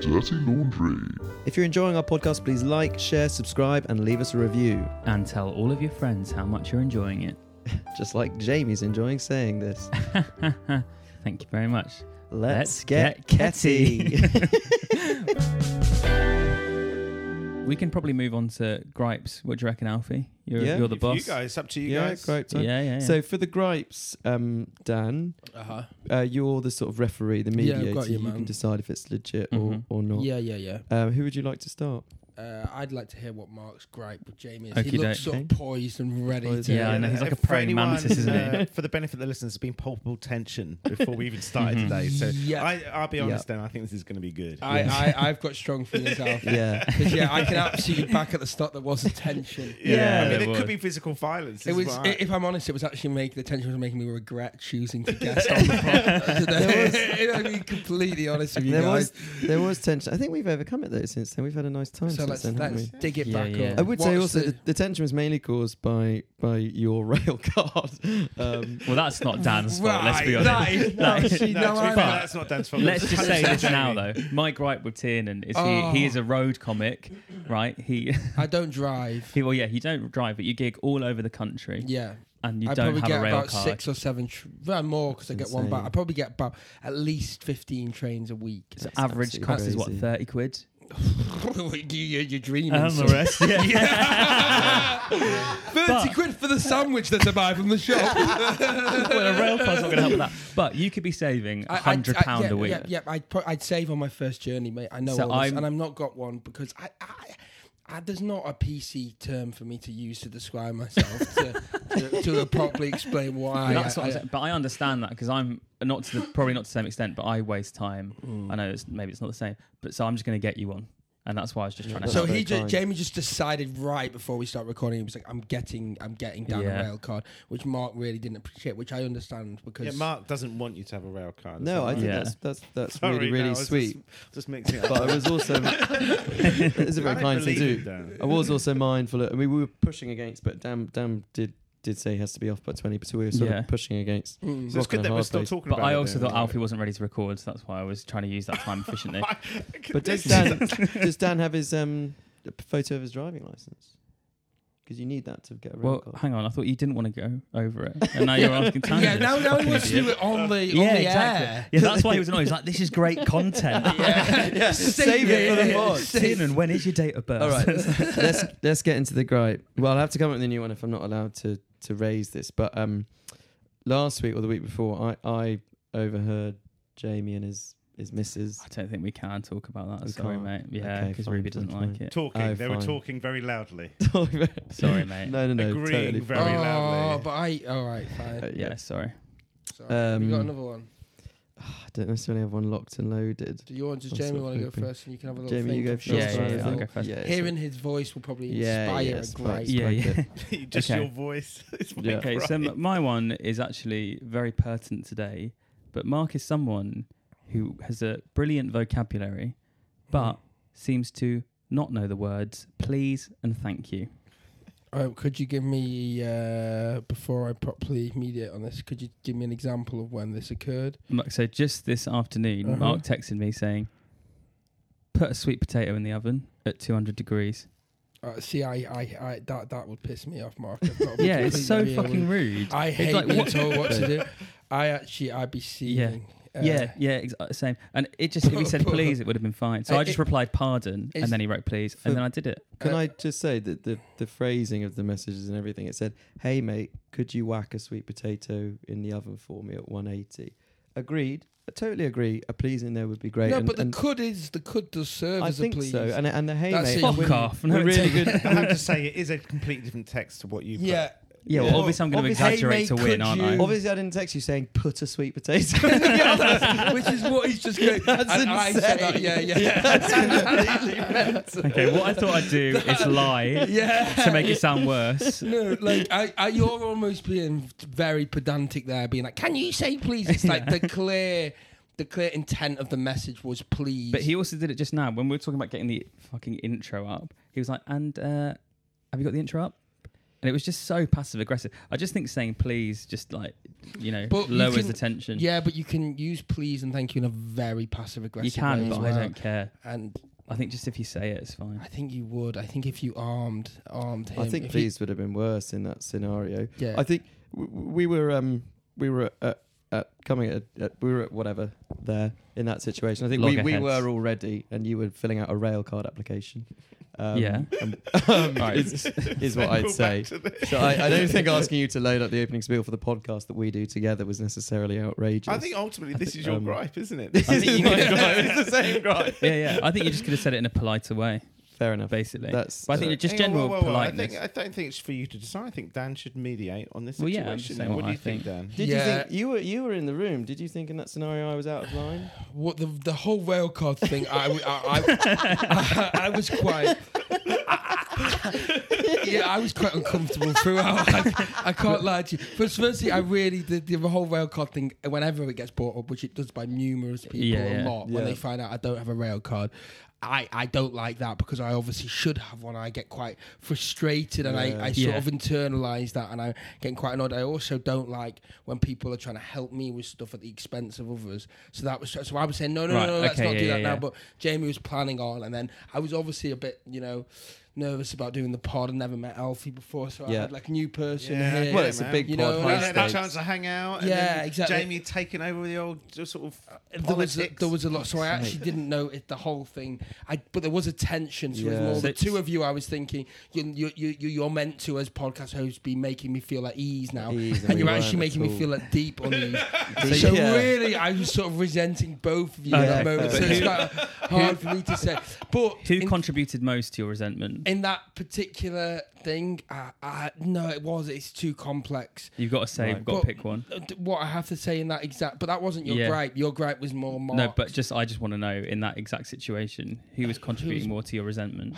Speaker 5: Dirty Laundry.
Speaker 2: If you're enjoying our podcast, please like, share, subscribe, and leave us a review.
Speaker 4: and tell all of your friends how much you're enjoying it.
Speaker 2: Just like Jamie's enjoying saying this.
Speaker 4: Thank you very much.
Speaker 6: Let's get Ketty.
Speaker 4: we can probably move on to gripes. What do you reckon, Alfie? You're,
Speaker 2: Yeah.
Speaker 4: you're the
Speaker 1: If
Speaker 4: boss.
Speaker 1: You guys, up to you
Speaker 2: yeah,
Speaker 1: guys.
Speaker 2: great.
Speaker 4: yeah,
Speaker 2: time.
Speaker 4: yeah, yeah.
Speaker 2: So for the gripes, um, Dan,
Speaker 3: Uh-huh.
Speaker 2: uh, you're the sort of referee, the
Speaker 3: Yeah, I've
Speaker 2: mediator.
Speaker 3: got you,
Speaker 2: can
Speaker 3: man.
Speaker 2: decide if it's legit
Speaker 4: Mhm.
Speaker 2: or, or not.
Speaker 3: Yeah, yeah, yeah.
Speaker 2: Um, who would you like to start?
Speaker 3: Uh, I'd like to hear what Mark's gripe with Jamie is.
Speaker 4: Okey
Speaker 3: he looks
Speaker 4: doke. eh?
Speaker 3: sort of poised and ready
Speaker 2: Poised,
Speaker 3: to.
Speaker 4: yeah, I know. He's like a praying mantis, isn't he?
Speaker 2: uh,
Speaker 1: uh, for the benefit of the listeners, it's been palpable tension before we even started
Speaker 4: Mhm.
Speaker 1: today. So
Speaker 3: Yeah. Uh,
Speaker 1: I, I'll be
Speaker 2: Yeah.
Speaker 1: honest, then I think this is going to be good.
Speaker 3: I, I, I've got strong feelings, Alf.
Speaker 2: Yeah.
Speaker 3: 'Cause, yeah, I can absolutely back at the start there was a tension.
Speaker 1: yeah,
Speaker 4: Yeah,
Speaker 1: I
Speaker 4: there
Speaker 1: mean, it
Speaker 4: was.
Speaker 1: could be physical violence.
Speaker 3: It
Speaker 1: is
Speaker 3: was,
Speaker 1: what I-
Speaker 3: i- if I'm honest, it was actually making the tension was making me regret choosing to guest on the podcast. today. I'm being completely honest with you
Speaker 2: There
Speaker 3: guys.
Speaker 2: was there was tension. I think we've overcome it though since then. We've had a nice time
Speaker 3: so
Speaker 2: since
Speaker 3: let's,
Speaker 2: then, haven't
Speaker 3: let's
Speaker 2: we?
Speaker 3: dig it
Speaker 4: Yeah,
Speaker 3: back
Speaker 4: yeah.
Speaker 3: up.
Speaker 2: I would say
Speaker 3: What's
Speaker 2: also
Speaker 3: the-
Speaker 2: the, the tension was mainly caused by by your rail card. Um,
Speaker 4: well, that's not Dan's fault. let's be
Speaker 3: Right,
Speaker 4: honest.
Speaker 3: that is-
Speaker 4: Like,
Speaker 3: no, she-
Speaker 1: no, to
Speaker 3: no,
Speaker 1: be
Speaker 3: I'm
Speaker 1: fair,
Speaker 4: not.
Speaker 1: that's not Dan's fault.
Speaker 4: Let's
Speaker 1: That's
Speaker 4: just say this
Speaker 1: Jamie.
Speaker 4: now, though. My gripe with Tiernan is he, he is
Speaker 3: Oh.
Speaker 4: a road comic, right? He,
Speaker 3: I don't drive.
Speaker 4: he well, yeah, you don't drive, but you gig all over the country,
Speaker 3: Yeah,
Speaker 4: and you
Speaker 3: I
Speaker 4: don't
Speaker 3: probably
Speaker 4: have
Speaker 3: get
Speaker 4: a rail
Speaker 3: about
Speaker 4: card.
Speaker 3: six or seven, tr- well, more because I get one back.
Speaker 2: insane.
Speaker 3: I probably get about at least fifteen trains a week.
Speaker 4: so
Speaker 2: That's
Speaker 4: average
Speaker 2: absolutely
Speaker 4: cost is what
Speaker 2: crazy.
Speaker 4: thirty quid.
Speaker 3: you, are dreaming.
Speaker 4: And the
Speaker 3: son.
Speaker 4: rest, yeah.
Speaker 3: Thirty
Speaker 4: But-
Speaker 3: quid for the sandwich that I buy from the shop.
Speaker 4: well, a rail card's not going to help with that. But you could be saving
Speaker 3: I- I'd-
Speaker 4: hundred
Speaker 3: I-
Speaker 4: pound
Speaker 3: yeah,
Speaker 4: a week.
Speaker 3: Yeah, yeah I'd, pro- I'd save on my first journey, mate. I know,
Speaker 4: So
Speaker 3: all this,
Speaker 4: I'm-
Speaker 3: and I'm not got one because I, I, I, there's not a PC term for me to use to describe myself to, to, to properly explain why.
Speaker 4: That's
Speaker 3: I-
Speaker 4: what I'm
Speaker 3: I-
Speaker 4: saying. But I understand that because I'm not to the, probably not to the same extent, but I waste time.
Speaker 3: Hmm.
Speaker 4: I know it's, maybe it's not the same, but so I'm just going to get you one, and that's why I was just trying to.
Speaker 3: So
Speaker 4: help.
Speaker 2: very
Speaker 3: he, ju-
Speaker 2: kind.
Speaker 3: Jamie, just decided right before we start recording. He was like, "I'm getting, I'm getting down
Speaker 4: Yeah.
Speaker 3: a rail card," which Mark really didn't appreciate, which I understand because
Speaker 1: Yeah, Mark doesn't want you to have a rail card. is
Speaker 2: no,
Speaker 1: that
Speaker 2: I think
Speaker 1: right?
Speaker 4: Yeah.
Speaker 2: that's that's that's
Speaker 1: Sorry,
Speaker 2: really
Speaker 1: no, I
Speaker 2: really
Speaker 1: was just-
Speaker 2: sweet.
Speaker 1: Just, mixing it up.
Speaker 2: But I was also it's a
Speaker 1: I
Speaker 2: very
Speaker 1: don't
Speaker 2: kind thing
Speaker 1: believe
Speaker 2: to
Speaker 1: it,
Speaker 2: do.
Speaker 1: Dan.
Speaker 2: I was also mindful. Of, I mean, we were pushing against, but damn, damn did did say he has to be off by twenty. But we were sort
Speaker 4: Yeah.
Speaker 2: of pushing against.
Speaker 3: Mm.
Speaker 1: So it's
Speaker 2: Rocking
Speaker 1: good
Speaker 2: a
Speaker 1: that we're
Speaker 2: hard
Speaker 1: still
Speaker 2: place.
Speaker 1: talking
Speaker 4: But
Speaker 1: about
Speaker 4: I
Speaker 1: it
Speaker 4: also
Speaker 1: then.
Speaker 4: thought Alfie wasn't ready to record, so that's why I was trying to use that time efficiently.
Speaker 2: But does Dan does Dan have his um photo of his driving license? Because you need that to get a rail
Speaker 4: well,
Speaker 2: card.
Speaker 4: hang on, I thought you didn't want to go over it, and now you're asking time.
Speaker 3: yeah, now, now he wants to do it on the, on
Speaker 4: Yeah,
Speaker 3: the
Speaker 4: exactly.
Speaker 3: air.
Speaker 4: Yeah, that's why he was annoyed. He was like, "This is great content."
Speaker 2: yeah, save it for the pod.
Speaker 4: Tiernan, when is your date of birth?
Speaker 2: All right, let's, let's let's get into the gripe. Well, I'll have to come up with a new one if I'm not allowed to to raise this. But um, last week or the week before, I I overheard Jamie and his his missus.
Speaker 4: I don't think we can talk about that.
Speaker 2: We
Speaker 4: Sorry,
Speaker 2: can't.
Speaker 4: mate. Yeah,
Speaker 2: Okay,
Speaker 4: because
Speaker 2: fine,
Speaker 4: Ruby doesn't
Speaker 2: fine,
Speaker 4: like it.
Speaker 1: talking.
Speaker 2: Oh,
Speaker 1: they were
Speaker 2: fine.
Speaker 1: talking very loudly.
Speaker 2: no,
Speaker 4: Sorry, mate.
Speaker 2: no, no,
Speaker 1: Agreeing
Speaker 2: totally.
Speaker 1: very
Speaker 2: fine.
Speaker 3: oh,
Speaker 1: loudly.
Speaker 3: but I. All right, fine.
Speaker 2: Uh,
Speaker 4: Yeah, sorry.
Speaker 3: Sorry.
Speaker 2: Um,
Speaker 3: we got another one.
Speaker 2: I don't necessarily have one locked and loaded.
Speaker 3: Do you want? Does
Speaker 2: I'm
Speaker 3: Jamie
Speaker 2: sort of
Speaker 3: want to go
Speaker 2: hoping-
Speaker 3: first, and you can have a little
Speaker 2: Jamie,
Speaker 3: thing?
Speaker 2: you go
Speaker 3: of
Speaker 2: first.
Speaker 4: Yeah, yeah,
Speaker 3: yourself?
Speaker 4: yeah, I'll go first.
Speaker 2: Yeah,
Speaker 3: Hearing his voice will probably
Speaker 2: yeah,
Speaker 3: inspire
Speaker 2: yeah,
Speaker 3: a
Speaker 2: it's
Speaker 3: gripe.
Speaker 2: quite-
Speaker 4: Yeah,
Speaker 2: it's quite
Speaker 4: yeah.
Speaker 2: good.
Speaker 1: Just
Speaker 4: Okay.
Speaker 1: your voice. It's my
Speaker 2: Yeah.
Speaker 4: Okay, so
Speaker 1: gripe.
Speaker 4: m- my one is actually very pertinent today, but Mark is someone who has a brilliant vocabulary, but seems to not know the words please and thank you.
Speaker 3: Oh, could you give me uh, before I properly mediate on this? Could you give me an example of when this occurred?
Speaker 4: Mark- So just this afternoon,
Speaker 3: Uh-huh.
Speaker 4: Mark texted me saying, "Put a sweet potato in the oven at 200 degrees."
Speaker 3: Uh, see, I, I, I, that, that would piss me off, Mark. I've got to be
Speaker 4: yeah, it's so
Speaker 3: completely real
Speaker 4: fucking
Speaker 3: with-
Speaker 4: rude.
Speaker 3: I hate
Speaker 4: like,
Speaker 3: being
Speaker 4: what-
Speaker 3: told what to do. I actually, I'd be seething. Uh,
Speaker 4: yeah, yeah, ex- uh, same. And it just if he said please, it would have been fine. So I,
Speaker 3: I- it-
Speaker 4: just replied pardon,
Speaker 3: it's-
Speaker 4: and then he wrote please,
Speaker 2: for-
Speaker 4: and then I did it.
Speaker 2: Can
Speaker 3: Uh,
Speaker 2: I just say that the, the phrasing of the messages and everything, it said, Hey mate, could you whack a sweet potato in the oven for me at 180? Agreed. I totally agree. A please in there would be great.
Speaker 3: No,
Speaker 2: and,
Speaker 3: but the
Speaker 2: and
Speaker 3: could is the could does serve
Speaker 2: I
Speaker 3: as
Speaker 2: think
Speaker 3: a please.
Speaker 2: so. And, and the hey
Speaker 3: That's
Speaker 2: mate.
Speaker 3: it.
Speaker 4: Fuck
Speaker 2: we're-
Speaker 4: off. No,
Speaker 2: we're really
Speaker 4: take-
Speaker 2: good.
Speaker 1: I have to say, it is a completely different text to what you. put.
Speaker 3: yeah,
Speaker 4: Yeah, well,
Speaker 2: Yeah.
Speaker 4: obviously I'm going to
Speaker 2: Obviously, hey,
Speaker 4: exaggerate
Speaker 3: mate,
Speaker 4: to win,
Speaker 3: could
Speaker 4: aren't I?
Speaker 3: you-
Speaker 2: Obviously, I didn't text you saying put a sweet potato. in the oven."
Speaker 3: which is what he's just going.
Speaker 2: That's
Speaker 3: and I said that,
Speaker 2: insane.
Speaker 3: yeah, yeah,
Speaker 4: Okay, what I thought I'd do is lie
Speaker 3: yeah.
Speaker 4: to make it sound worse.
Speaker 3: No, like I, I, you're almost being very pedantic there, being like, "Can you say please?" It's like the clear, the clear intent of the message was please.
Speaker 4: But he also did it just now when we were talking about getting the fucking intro up. He was like, "And uh, have you got the intro up?" And it was just so passive aggressive. I just think saying please just like you know
Speaker 3: But you
Speaker 4: lowers
Speaker 3: can-
Speaker 4: the tension.
Speaker 3: yeah, but you can use please and thank you in a very passive aggressive.
Speaker 4: you
Speaker 3: way
Speaker 4: can,
Speaker 3: as
Speaker 4: but
Speaker 3: well.
Speaker 4: I don't care.
Speaker 3: And
Speaker 4: I think just if you say it, it's fine.
Speaker 3: I think you would. I think if you armed, armed him.
Speaker 2: I think
Speaker 3: if you-
Speaker 2: please would have been worse in that scenario.
Speaker 3: yeah.
Speaker 2: I think w- w- we were um, we were at at coming at, at we were at whatever there in that situation. I think we, we
Speaker 4: Loggerheads.
Speaker 2: were already, and you were filling out a rail card application. Um,
Speaker 4: Yeah.
Speaker 2: um, um,
Speaker 4: Right.
Speaker 2: is, is what I'd
Speaker 1: Go
Speaker 2: say.
Speaker 1: back to the-
Speaker 2: So I, I don't think asking you to load up the opening spiel for the podcast that we do together was necessarily outrageous.
Speaker 1: I think ultimately this is your
Speaker 2: um,
Speaker 1: gripe, isn't it?
Speaker 2: this
Speaker 4: I
Speaker 2: is
Speaker 4: think you
Speaker 2: my
Speaker 4: could-
Speaker 2: gripe. It's the same gripe.
Speaker 4: yeah, yeah. I think you just could have said it in a politer way,
Speaker 2: Fair enough.
Speaker 4: basically.
Speaker 2: That's.
Speaker 4: but I think
Speaker 2: uh,
Speaker 4: it's just
Speaker 1: Hang on,
Speaker 4: general
Speaker 1: whoa, whoa, whoa.
Speaker 4: politeness.
Speaker 1: I, think, I don't think it's for you to decide. I think Dan should mediate on this
Speaker 4: Well, yeah,
Speaker 1: situation.
Speaker 4: I'm just saying
Speaker 1: what,
Speaker 4: what
Speaker 1: do you
Speaker 4: I
Speaker 1: think,
Speaker 4: think.
Speaker 1: Dan?
Speaker 2: did you
Speaker 3: Yeah.
Speaker 2: think you were you were in the room? Did you think in that scenario I was out of line?
Speaker 3: What the the whole rail card thing? I w- I- I- I was quite. yeah, I was quite uncomfortable throughout. I, I can't lie to you. First, firstly, I really the, the whole rail card thing. Whenever it gets brought up, which it does by numerous people
Speaker 4: Yeah,
Speaker 3: a
Speaker 4: yeah.
Speaker 3: lot, when
Speaker 2: Yeah.
Speaker 3: they find out I don't have a rail card. I, I don't like that because I obviously should have one. I get quite frustrated and I, I sort
Speaker 4: Yeah.
Speaker 3: of internalize that and I'm getting quite annoyed. I also don't like when people are trying to help me with stuff at the expense of others. So that was so I was saying no no
Speaker 4: Right,
Speaker 3: no, no let's
Speaker 4: okay,
Speaker 3: not do
Speaker 4: yeah,
Speaker 3: that
Speaker 4: yeah,
Speaker 3: now.
Speaker 4: yeah.
Speaker 3: But Jamie was planning on and then I was obviously a bit you know nervous about doing the pod and never met Alfie before, so I
Speaker 2: Yeah.
Speaker 3: had like a new person here.
Speaker 2: Well, it's a
Speaker 1: man.
Speaker 2: big
Speaker 3: You
Speaker 2: pod.
Speaker 3: know,
Speaker 2: high
Speaker 1: Well, I had that
Speaker 2: stakes.
Speaker 1: chance to hang out. And
Speaker 3: Yeah,
Speaker 1: then
Speaker 3: exactly. Uh,
Speaker 1: Jamie taking over with the old just sort of
Speaker 3: there was a,
Speaker 1: politics.
Speaker 3: there was a lot, so I actually didn't know it, the whole thing. I but there was a tension. So with
Speaker 2: Yeah.
Speaker 3: all the
Speaker 4: So-
Speaker 3: two of you, I was thinking you you you you- you're meant to as podcast hosts be making me feel at ease now,
Speaker 2: Ease, and
Speaker 3: and
Speaker 2: we
Speaker 3: you're
Speaker 2: weren't
Speaker 3: actually making
Speaker 2: at
Speaker 3: me
Speaker 2: all.
Speaker 3: feel at deep unease.
Speaker 2: Deep-
Speaker 3: so
Speaker 2: Yeah.
Speaker 3: really, I was sort of resenting both of you at
Speaker 2: Okay.
Speaker 3: that moment. So
Speaker 2: But
Speaker 3: it's
Speaker 1: who-
Speaker 3: quite hard for me to say, but
Speaker 4: Who
Speaker 3: uh, in-
Speaker 4: contributed most to your resentment?
Speaker 3: in that particular thing, I, I, no, it was. It's too complex.
Speaker 4: You've got to say,
Speaker 2: Right.
Speaker 4: we've got
Speaker 3: Well,
Speaker 4: to pick one.
Speaker 3: Uh, d- What I have to say in that exact, but that wasn't your
Speaker 4: Yeah.
Speaker 3: gripe. Your gripe was more. Marked.
Speaker 4: No, but just I just want to know in that exact situation, who was contributing more to your resentment?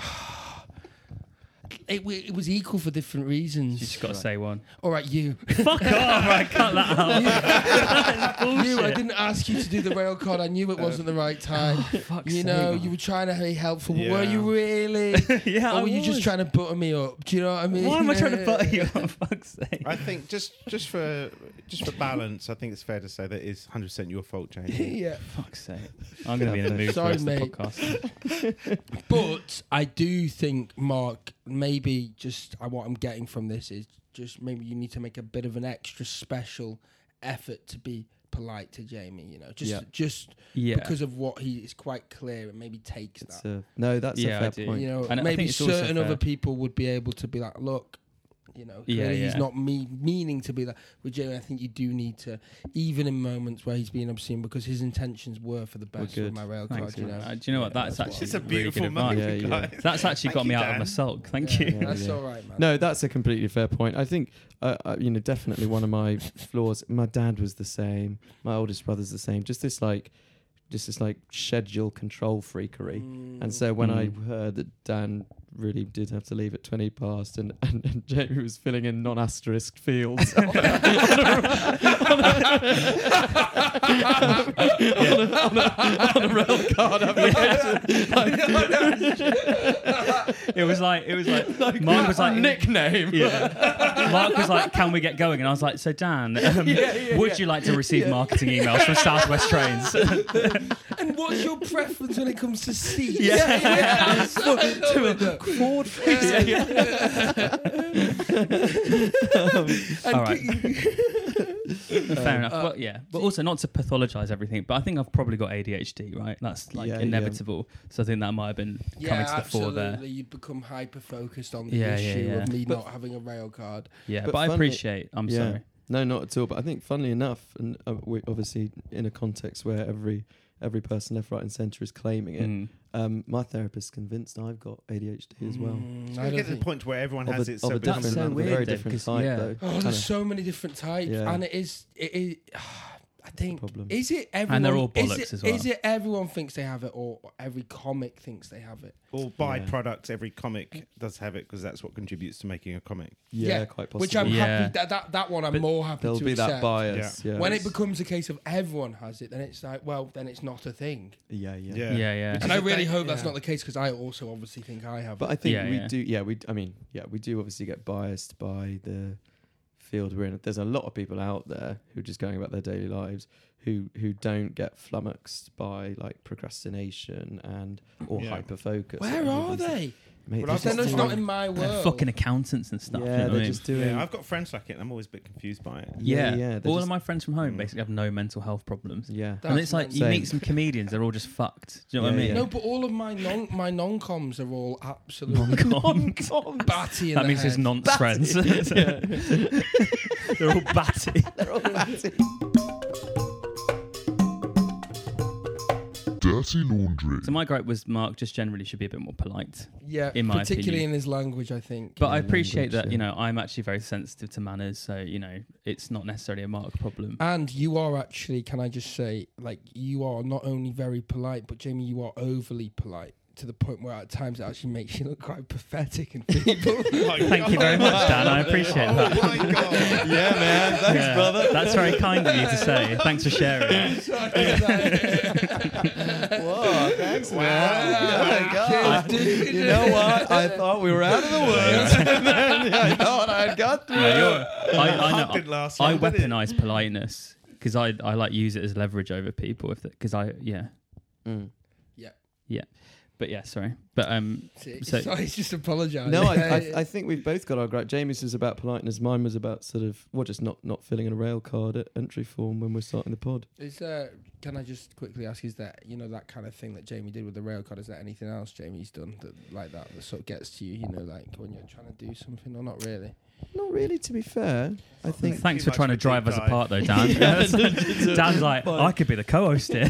Speaker 3: it, wa- it was equal for different
Speaker 4: You
Speaker 3: reasons.
Speaker 4: just got to say one.
Speaker 3: All right, you.
Speaker 4: Fuck off! I cut that out. That's
Speaker 3: You, I
Speaker 4: Oh, bullshit.
Speaker 3: didn't ask you to do the rail card. I knew it wasn't the
Speaker 1: Oh,
Speaker 3: right time.
Speaker 4: fuck's
Speaker 3: you know,
Speaker 4: sake.
Speaker 3: you were trying to be helpful, but were
Speaker 1: Yeah.
Speaker 3: you really?
Speaker 4: yeah,
Speaker 3: or
Speaker 4: I
Speaker 3: were Oh, you just
Speaker 4: was.
Speaker 3: trying to butter me up? Do you know what I mean?
Speaker 4: Why am I trying to butter you? up? fuck's sake.
Speaker 1: I think just just for just for balance, I think it's fair to say that it's 100 percent your fault, Jamie.
Speaker 3: yeah.
Speaker 4: Fuck's sake. I'm going to be in the mood
Speaker 3: Sorry,
Speaker 4: for the rest
Speaker 3: mate.
Speaker 4: of the podcast.
Speaker 3: But I do think, Mark, maybe just I, what I'm getting from this is just maybe you need to make a bit of an extra special effort to be polite to Jamie. You know, just
Speaker 2: Yeah.
Speaker 3: just
Speaker 4: Yeah.
Speaker 3: because of what he is quite clear and maybe takes
Speaker 2: It's
Speaker 3: that.
Speaker 2: a- no, that's
Speaker 4: Yeah, I
Speaker 2: a fair
Speaker 4: do.
Speaker 2: point.
Speaker 3: You know,
Speaker 4: And I
Speaker 3: maybe
Speaker 4: think it's also
Speaker 3: certain other
Speaker 4: fair.
Speaker 3: people would be able to be like, look. You know,
Speaker 4: Yeah,
Speaker 3: clearly he's
Speaker 4: yeah.
Speaker 3: not me- meaning to be that. With Jamie, I think you do need to, even in moments where he's being obscene, because his intentions were for the best.
Speaker 2: good.
Speaker 3: With my rail
Speaker 4: Thanks,
Speaker 3: card, you know.
Speaker 4: man. Uh, do you know what? That's
Speaker 3: what I
Speaker 4: actually
Speaker 3: think.
Speaker 1: It's a
Speaker 4: really
Speaker 1: beautiful
Speaker 4: good
Speaker 1: moment,
Speaker 4: advice.
Speaker 2: Yeah, yeah.
Speaker 1: guys.
Speaker 4: That's actually
Speaker 1: Thank
Speaker 4: got
Speaker 1: you,
Speaker 4: me out of
Speaker 1: Dan.
Speaker 4: my sulk. Thank
Speaker 3: Yeah,
Speaker 4: you.
Speaker 3: That's
Speaker 2: Yeah.
Speaker 3: all right, man.
Speaker 2: No, that's a completely fair point. I think, uh, uh, you know, definitely one of my flaws. My dad was the same. My oldest brother's the same. Just this like, just this like schedule control freakery. And so when I
Speaker 4: Mm.
Speaker 2: heard that Dan really did have to leave at twenty past, and and, and Jamie was filling in non-asterisk fields. on a- on a- on a rail card application.
Speaker 4: It was like it was like, Mark was like
Speaker 2: nickname.
Speaker 4: Yeah. Mark was like, "Can we get going?" And I was like, "So Dan, um, would you like to receive marketing emails from Southwest Trains?"
Speaker 3: And what's your preference when it comes to seats?
Speaker 4: Yeah.
Speaker 3: Look, to a Ford
Speaker 4: Yeah, yeah.
Speaker 3: And
Speaker 4: All right.
Speaker 3: g-
Speaker 4: Fair
Speaker 3: Uh,
Speaker 4: enough. well, yeah, but also not to pathologize everything. But I think I've probably got ADHD, right? That's like
Speaker 2: Yeah, yeah.
Speaker 4: inevitable. So I think that might have been
Speaker 3: yeah,
Speaker 4: coming to the fore
Speaker 3: absolutely.
Speaker 4: there.
Speaker 3: You become hyper focused on the
Speaker 4: Yeah, yeah,
Speaker 3: issue
Speaker 4: yeah.
Speaker 3: of me
Speaker 2: But-
Speaker 3: not having a rail card.
Speaker 4: Yeah,
Speaker 2: But
Speaker 4: but, I
Speaker 2: funnily-
Speaker 4: appreciate. I'm
Speaker 2: Yeah.
Speaker 4: sorry.
Speaker 2: No, not at all. But I think, funnily enough, and uh, we obviously in a context where every every person left, right, and centre is claiming it,
Speaker 4: Mm.
Speaker 2: um, my therapist convinced I've got ADHD as well.
Speaker 3: Mm, I
Speaker 1: We
Speaker 3: don't
Speaker 1: get to the
Speaker 3: think-
Speaker 1: point where everyone
Speaker 2: Of
Speaker 1: has
Speaker 2: a,
Speaker 1: it.
Speaker 2: of a
Speaker 1: so
Speaker 2: different,
Speaker 4: so
Speaker 2: of a
Speaker 4: weird
Speaker 2: very
Speaker 4: then,
Speaker 2: different
Speaker 4: 'cause,
Speaker 2: type,
Speaker 4: yeah.
Speaker 2: though.
Speaker 3: Oh,
Speaker 2: Kinda
Speaker 3: there's so many different types,
Speaker 2: Yeah.
Speaker 3: and it is it is. I think
Speaker 2: problem.
Speaker 3: is it everyone?
Speaker 4: they're all
Speaker 3: is
Speaker 4: bollocks
Speaker 3: it-
Speaker 4: as well.
Speaker 3: Is it everyone thinks they have it, or every comic thinks they have it?
Speaker 1: all byproducts. Every comic does have it because that's what contributes to making a comic.
Speaker 2: yeah, quite possible.
Speaker 3: Which I'm
Speaker 4: Yeah.
Speaker 3: happy that that, that one I'm
Speaker 4: But
Speaker 3: more happy
Speaker 2: There'll
Speaker 3: to
Speaker 2: be
Speaker 3: accept.
Speaker 2: that bias. Yeah.
Speaker 3: when it becomes a case of everyone has it, then it's like, well, then it's not a thing.
Speaker 2: yeah, yeah,
Speaker 1: Yeah.
Speaker 4: Yeah, yeah.
Speaker 3: And I really hope that's
Speaker 1: yeah.
Speaker 3: not the case because I also obviously think I have.
Speaker 2: But I
Speaker 3: it.
Speaker 2: think
Speaker 4: Yeah,
Speaker 2: we
Speaker 4: yeah.
Speaker 2: do. Yeah, we. I mean, yeah, we do obviously get biased by the field we're in. There's a lot of people out there who are just going about their daily lives who who don't get flummoxed by like procrastination and or
Speaker 1: Yeah.
Speaker 2: hyper focus.
Speaker 3: Where are they?
Speaker 6: Mate,
Speaker 3: But I
Speaker 6: they're
Speaker 3: said, no,
Speaker 6: just
Speaker 3: it's
Speaker 6: doing-
Speaker 3: not in my
Speaker 4: They're
Speaker 3: world.
Speaker 4: fucking accountants and stuff.
Speaker 2: yeah,
Speaker 4: you know what I
Speaker 2: they're
Speaker 4: mean?
Speaker 2: just doing.
Speaker 1: Yeah, I've got friends like it. and I'm always a bit confused by it.
Speaker 2: yeah,
Speaker 4: yeah.
Speaker 2: yeah, they're
Speaker 4: all
Speaker 2: just-
Speaker 4: of my friends from home
Speaker 1: Mm.
Speaker 4: basically have no mental health problems.
Speaker 2: yeah.
Speaker 3: That's
Speaker 4: and it's like you
Speaker 2: Same.
Speaker 4: meet some comedians, they're all just fucked. Do you know what I
Speaker 2: Yeah,
Speaker 4: mean?
Speaker 2: yeah.
Speaker 3: No, but all of my non my non coms are all absolutely
Speaker 4: Non-cons.
Speaker 3: batty. In
Speaker 4: That
Speaker 3: the
Speaker 4: means
Speaker 3: head.
Speaker 4: his nonce friends. They're all batty.
Speaker 5: Dirty Laundry.
Speaker 4: So my gripe was Mark just generally should be a bit more polite.
Speaker 3: Yeah,
Speaker 4: in my
Speaker 3: particularly
Speaker 4: opinion.
Speaker 3: in his language, I think.
Speaker 4: But
Speaker 2: Yeah,
Speaker 4: I appreciate
Speaker 2: language,
Speaker 4: that, you know, I'm actually very sensitive to manners, so you know, it's not necessarily a Mark problem.
Speaker 3: and you are actually, can I just say, like you are not only very polite, but Jamie, you are overly polite to the point where at times it actually makes you look quite pathetic and feeble.
Speaker 4: Thank you very much, Dan. I appreciate
Speaker 1: Oh
Speaker 4: that.
Speaker 1: my god.
Speaker 2: yeah, man. Thanks,
Speaker 4: Yeah,
Speaker 2: brother.
Speaker 4: That's very kind of you to say. Thanks for sharing.
Speaker 2: Whoa, thanks, man.
Speaker 3: Wow.
Speaker 2: Oh my God.
Speaker 3: Cheers, dude.
Speaker 2: You know what? I thought we were out of the woods. and then I thought I'd got through.
Speaker 4: No, you're- I, I know-
Speaker 1: That didn't last
Speaker 4: I
Speaker 1: long, did it?
Speaker 4: weaponize politeness because I, I like use it as leverage over people if because I yeah
Speaker 2: Mm.
Speaker 4: but yeah sorry but um So-
Speaker 3: So, he's just apologise.
Speaker 2: No, I, I, I think we've both got our gripe. Jamie's is about politeness. Mine was about sort of, well, just not, not filling in a rail card at entry form when we're starting the pod.
Speaker 3: Is uh, can I just quickly ask? Is that you know that kind of thing that Jamie did with the rail card? Is there anything else Jamie's done that like that that sort of gets to you? You know, like when you're trying to do something or not really.
Speaker 2: Not really, to be fair. I think.
Speaker 4: thanks
Speaker 1: too
Speaker 4: for
Speaker 1: much
Speaker 4: trying
Speaker 1: of
Speaker 4: to
Speaker 1: a deep
Speaker 4: drive us
Speaker 1: dive.
Speaker 4: apart though Dan Dan's like I could be the co-host here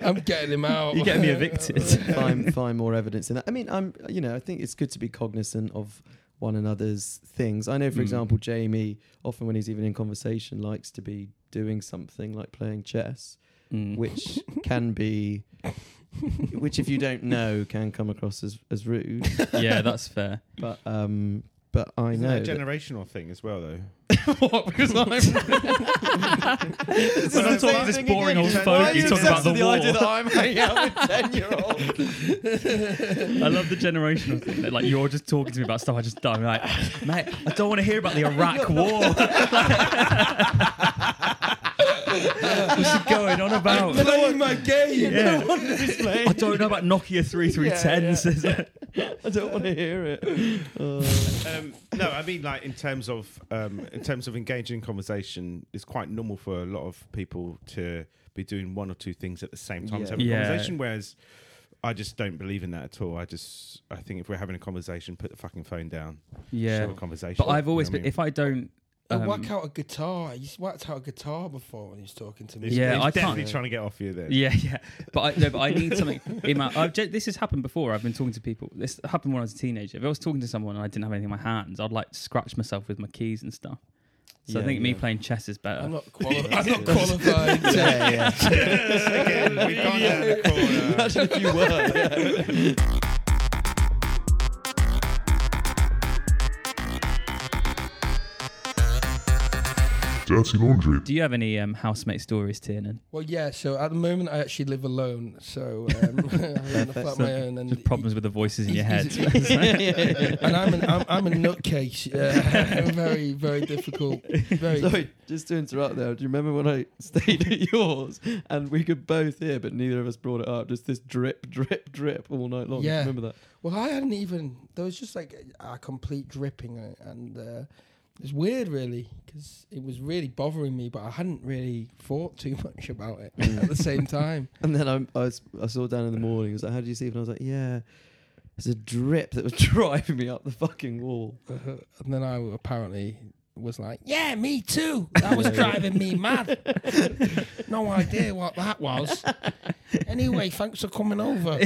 Speaker 3: I'm getting him out.
Speaker 4: you get me evicted
Speaker 2: find find more evidence in that. I mean, I'm you know I think it's good to be cognizant of one another's things. I know, for
Speaker 4: Mm.
Speaker 2: example, Jamie often when he's even in conversation likes to be doing something like playing chess,
Speaker 4: Mm.
Speaker 2: which can be, which if you don't know can come across as as rude.
Speaker 4: yeah that's fair
Speaker 2: But um, but I
Speaker 1: Isn't
Speaker 2: know.
Speaker 1: that a
Speaker 2: that-
Speaker 1: generational thing as well, though.
Speaker 4: what because I'm
Speaker 2: This is
Speaker 4: When I
Speaker 2: the
Speaker 4: talk to
Speaker 2: same
Speaker 4: this
Speaker 2: thing
Speaker 4: boring
Speaker 2: again.
Speaker 4: old
Speaker 2: Why
Speaker 1: folk,
Speaker 2: are
Speaker 1: you talk
Speaker 2: obsessed
Speaker 4: about the
Speaker 2: with the idea
Speaker 4: war?
Speaker 2: that I'm hanging out with ten year olds.
Speaker 4: I love the generational thing that, like you're just talking to me about stuff I just done like mate I don't want to hear about the Iraq war what's he going on about
Speaker 3: Playing my game.
Speaker 4: Yeah.
Speaker 2: display.
Speaker 4: I don't know about Nokia 3310s.
Speaker 2: I don't want to hear it. Uh,
Speaker 1: Um, no, I mean like in terms of um, in terms of engaging in conversation, it's quite normal for a lot of people to be doing one or two things at the same time. as
Speaker 2: Yeah.
Speaker 1: having a
Speaker 4: Yeah.
Speaker 1: conversation, whereas I just don't believe in that at all. I just I think if we're having a conversation, put the fucking phone down.
Speaker 4: Yeah.
Speaker 1: have a conversation.
Speaker 4: But I've always
Speaker 1: You know
Speaker 4: been, if I don't.
Speaker 3: I
Speaker 4: um,
Speaker 3: whack out a guitar. He's whacked out a guitar before when he's talking to
Speaker 1: what
Speaker 3: me.
Speaker 1: mean? He's-
Speaker 4: Yeah,
Speaker 1: he's
Speaker 4: I can't-
Speaker 1: definitely trying to get off you there.
Speaker 4: yeah, yeah, but I, no, but I need something. In my, I've, ju- this has happened before. I've been talking to people. This happened when I was a teenager. If I was talking to someone and I didn't have anything in my hands, I'd like scratch myself with my keys and stuff. So I
Speaker 2: Yeah,
Speaker 4: think me
Speaker 2: yeah.
Speaker 4: playing chess is better.
Speaker 3: I'm not qualified. I'm not qualified.
Speaker 2: yeah, yeah.
Speaker 1: Again, we've gone down the corner.
Speaker 2: Imagine if you were.
Speaker 5: Dirty Laundry.
Speaker 4: Do you have any um, housemate stories, Tiernan?
Speaker 3: Well, yeah. So at the moment, I actually live alone. So um, I live in a flat of my own, and
Speaker 4: Just problems with the voices in your head.
Speaker 3: and I'm an I'm, I'm a nutcase. Uh, very very difficult. Very.
Speaker 2: Sorry, just to interrupt there. Do you remember when I stayed at yours and we could both hear, but neither of us brought it up? Just this drip, drip, drip all night long.
Speaker 3: Yeah.
Speaker 2: Remember that?
Speaker 3: Well, I hadn't even. There was just like a, a complete dripping, uh, and uh, it's weird, really, because it was really bothering me, but I hadn't really thought too much about it at the same time.
Speaker 2: And then I, I, was- I saw Dan in the morning. He was like, "How do you sleep?" And I was like, "Yeah." It's a drip that was driving me up the fucking wall.
Speaker 3: Uh, and then I apparently was like, "Yeah, me too. That was driving me mad. no idea what that was." Anyway, thanks for coming over.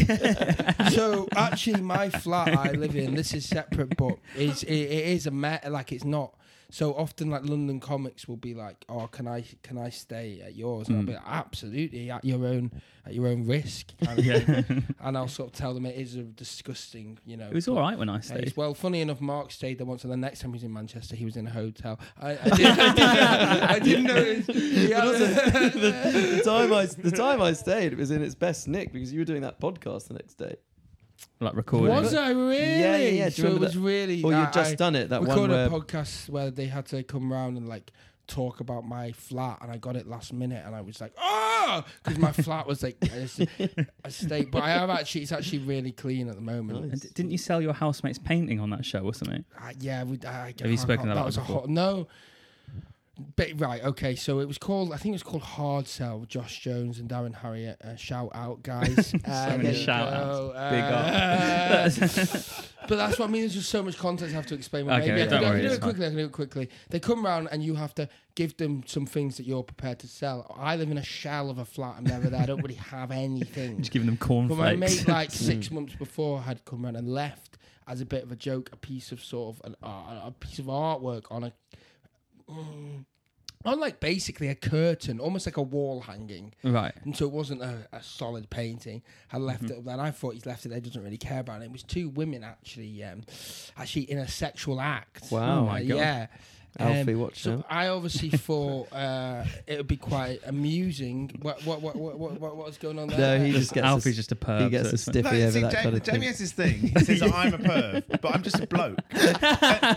Speaker 3: so actually, my flat I live in, this is separate, but is it, it is a met like it's not. So often, like London comics will be like, "Oh, can I can I stay at yours?" And I'll be like, "Absolutely, at your own at your own risk." kind of
Speaker 4: yeah,
Speaker 3: thing. and I'll sort of tell them it is a disgusting, you know.
Speaker 4: it was all right when I stayed.
Speaker 3: Place. Well, funny enough, Mark stayed there once, and the next time he was in Manchester, he was in a hotel. I, I, did, I, didn't, I didn't notice. Yeah.
Speaker 2: But also, the, the time I the time I stayed it was in its best nick because you were doing that podcast the next day.
Speaker 4: Like recording.
Speaker 3: was I really?
Speaker 2: Yeah, yeah, yeah. Do you
Speaker 3: So it
Speaker 2: remember
Speaker 3: was really.
Speaker 2: Or
Speaker 3: I-
Speaker 2: you'd just
Speaker 3: I
Speaker 2: done it that one
Speaker 3: recorded
Speaker 2: where
Speaker 3: a podcast where they had to come round and like talk about my flat, and I got it last minute, and I was like, oh, because my flat was like a, a state. But I have actually, it's actually really clean at the moment.
Speaker 4: And d- didn't you sell your housemate's painting on that show or something?
Speaker 3: Uh, yeah, we, I, I
Speaker 4: Have you spoken
Speaker 3: that
Speaker 4: about it
Speaker 3: was a
Speaker 4: before?
Speaker 3: hot no. But, right, okay. So it was called. I think it was called Hard Sell. with Josh Jones and Darren Harriet. Uh, shout out, guys! Uh,
Speaker 4: many
Speaker 3: there you
Speaker 4: shout-outs.
Speaker 3: go. Uh,
Speaker 4: Big
Speaker 3: but that's what I mean. There's just so much context I have to explain. but
Speaker 4: Okay,
Speaker 3: maybe I
Speaker 4: don't
Speaker 3: can do- I can
Speaker 4: worry,
Speaker 3: do
Speaker 4: it's
Speaker 3: it quickly. I can do it quickly. They come round and you have to give them some things that you're prepared to sell. I live in a shell of a flat. I'm never there. I don't really have anything.
Speaker 4: Just giving them
Speaker 3: But my mate,
Speaker 4: cornflakes.
Speaker 3: like six months before, had come round and left as a bit of a joke a piece of sort of an art, a piece of artwork on a Mm. on like basically a curtain, almost like a wall hanging.
Speaker 4: right.
Speaker 3: And so it wasn't a, a solid painting. I left
Speaker 2: Mm-hmm.
Speaker 3: it, and I thought he's left it. there, doesn't really care about it. It was two women actually, um, actually in a sexual act.
Speaker 2: Wow. Oh
Speaker 4: my
Speaker 3: Uh,
Speaker 4: God.
Speaker 3: Yeah. Um,
Speaker 2: Alfie, watch
Speaker 3: so
Speaker 2: out.
Speaker 3: I obviously thought uh, it would be quite amusing. What what what what what, what was going on there?
Speaker 2: No, he just gets
Speaker 4: Alfie's
Speaker 2: a,
Speaker 4: just a perv.
Speaker 2: he gets
Speaker 4: Uh, so
Speaker 2: a
Speaker 4: it's fine.
Speaker 2: stiffy
Speaker 1: no,
Speaker 2: over
Speaker 1: see,
Speaker 2: that
Speaker 1: Jamie,
Speaker 2: kind of
Speaker 1: Jamie
Speaker 2: thing.
Speaker 1: has this thing. He says that I'm a perv, but I'm just a bloke, and,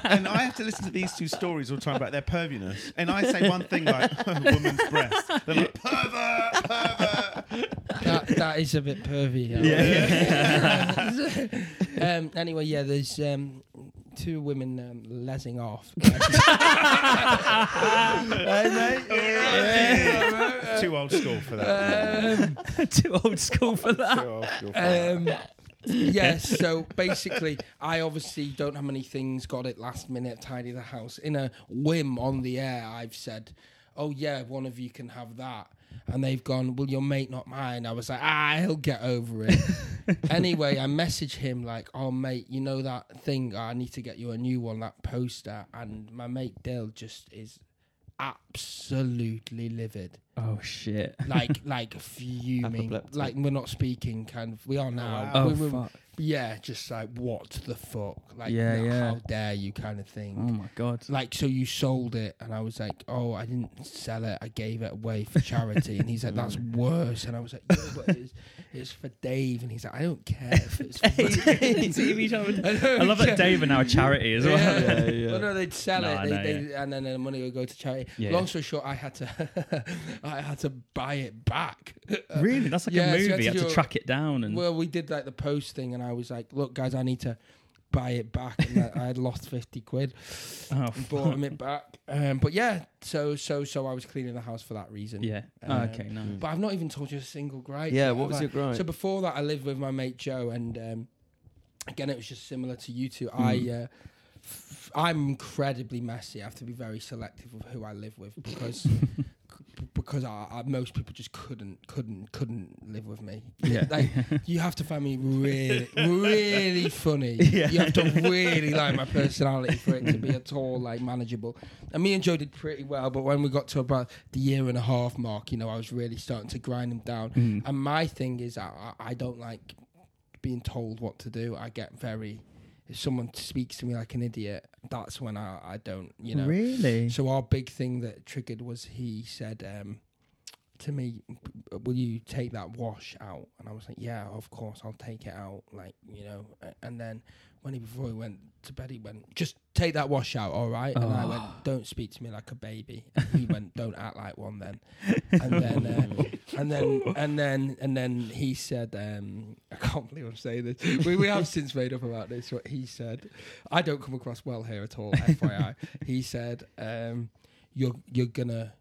Speaker 1: and I have to listen to these two stories all the time about their perviness. And I say one thing like "Oh, woman's breast, they're like pervert, pervert.
Speaker 3: that, that is a bit pervy. you know. um, anyway, yeah, there's um, two women um, lesing off.
Speaker 1: Too old school for that.
Speaker 4: Uh,
Speaker 3: um,
Speaker 4: Too old school for that.
Speaker 1: Too old school for that.
Speaker 4: uh,
Speaker 3: um, yeah, so basically, I obviously don't have many things. Got it last minute, tidy the house in a whim on the air. I've said, "Oh yeah, one of you can have that," and they've gone, "Will your mate not mine?" I was like, "Ah, he'll get over it." anyway, I message him like, "Oh mate, you know that thing? I need to get you a new one, that poster." And my mate Dale just is absolutely livid
Speaker 4: Oh shit.
Speaker 3: like like fuming,
Speaker 2: Apoplectic.
Speaker 3: like we're not speaking. Kind of, we are now.
Speaker 4: Oh
Speaker 3: We- we-
Speaker 4: fuck.
Speaker 3: Yeah, just like what the fuck? Like,
Speaker 4: Yeah,
Speaker 3: like,
Speaker 4: yeah.
Speaker 3: how dare you? Kind of
Speaker 4: Oh
Speaker 3: thing.
Speaker 4: my god.
Speaker 3: Like, so you sold it, and I was like, oh, I didn't sell it. I gave it away for charity. and he's like, that's
Speaker 4: Mm.
Speaker 3: worse. And I was like, yeah, but it's, it's for Dave. And he's like, I don't care if it's for Dave.
Speaker 4: I love that Dave are now a charity as well.
Speaker 3: Yeah.
Speaker 2: Yeah, yeah.
Speaker 3: Well, no, they'd sell
Speaker 4: No,
Speaker 3: it,
Speaker 4: I
Speaker 3: they,
Speaker 4: know,
Speaker 3: they, and then the money would go to charity.
Speaker 4: Yeah.
Speaker 3: Long story short, I had to, I had to buy it back.
Speaker 4: Really? That's like
Speaker 3: Yeah, so
Speaker 4: a
Speaker 3: you
Speaker 4: movie.
Speaker 3: had
Speaker 4: I
Speaker 3: to
Speaker 4: had to
Speaker 3: do-
Speaker 4: track it down and
Speaker 3: Well, we did like the post thing, and I was like, "Look, guys, I need to buy it back." And I, I had lost fifty quid,
Speaker 4: oh,
Speaker 3: and
Speaker 4: f-
Speaker 3: bought him it back. Um, but yeah, so so so I was cleaning the house for that reason.
Speaker 4: yeah. Oh,
Speaker 3: Um,
Speaker 4: okay, no.
Speaker 3: But I've not even told you a single gripe.
Speaker 2: Yeah,
Speaker 3: that
Speaker 2: what
Speaker 3: I've
Speaker 2: was
Speaker 3: had.
Speaker 2: your gripe?
Speaker 3: So before that, I lived with my mate Joe, and um, again, it was just similar to you two.
Speaker 2: Hmm.
Speaker 3: I. Uh, f- I'm incredibly messy. I have to be very selective of who I live with because c- because I, I, most people just couldn't couldn't couldn't live with me.
Speaker 4: Yeah.
Speaker 3: like you have to find me really really funny.
Speaker 4: Yeah.
Speaker 3: You have to really like my personality for it to be at all like manageable. And me and Joe did pretty well, but when we got to about the year and a half mark, you know, I was really starting to grind him down. And my thing is, I, I I don't like being told what to do. I get very. If someone speaks to me like an idiot, that's when I, I don't, you know.
Speaker 4: Really?
Speaker 3: So our big thing that triggered was he said um, to me, "Will you take that wash out?" And I was like, "Yeah, of course, I'll take it out." Like you know, a- and then when he before he went to bed, he went, "Just take that wash out, all right?" And I went, "Don't speak to me like a baby." And he went, "Don't act like one then." And then, uh, and then, and then, and then he said, um, "I can't believe I'm saying this." We we have since made up about this. What he said, I don't come across well here at all. FYI, he said, um, "You're you're gonna."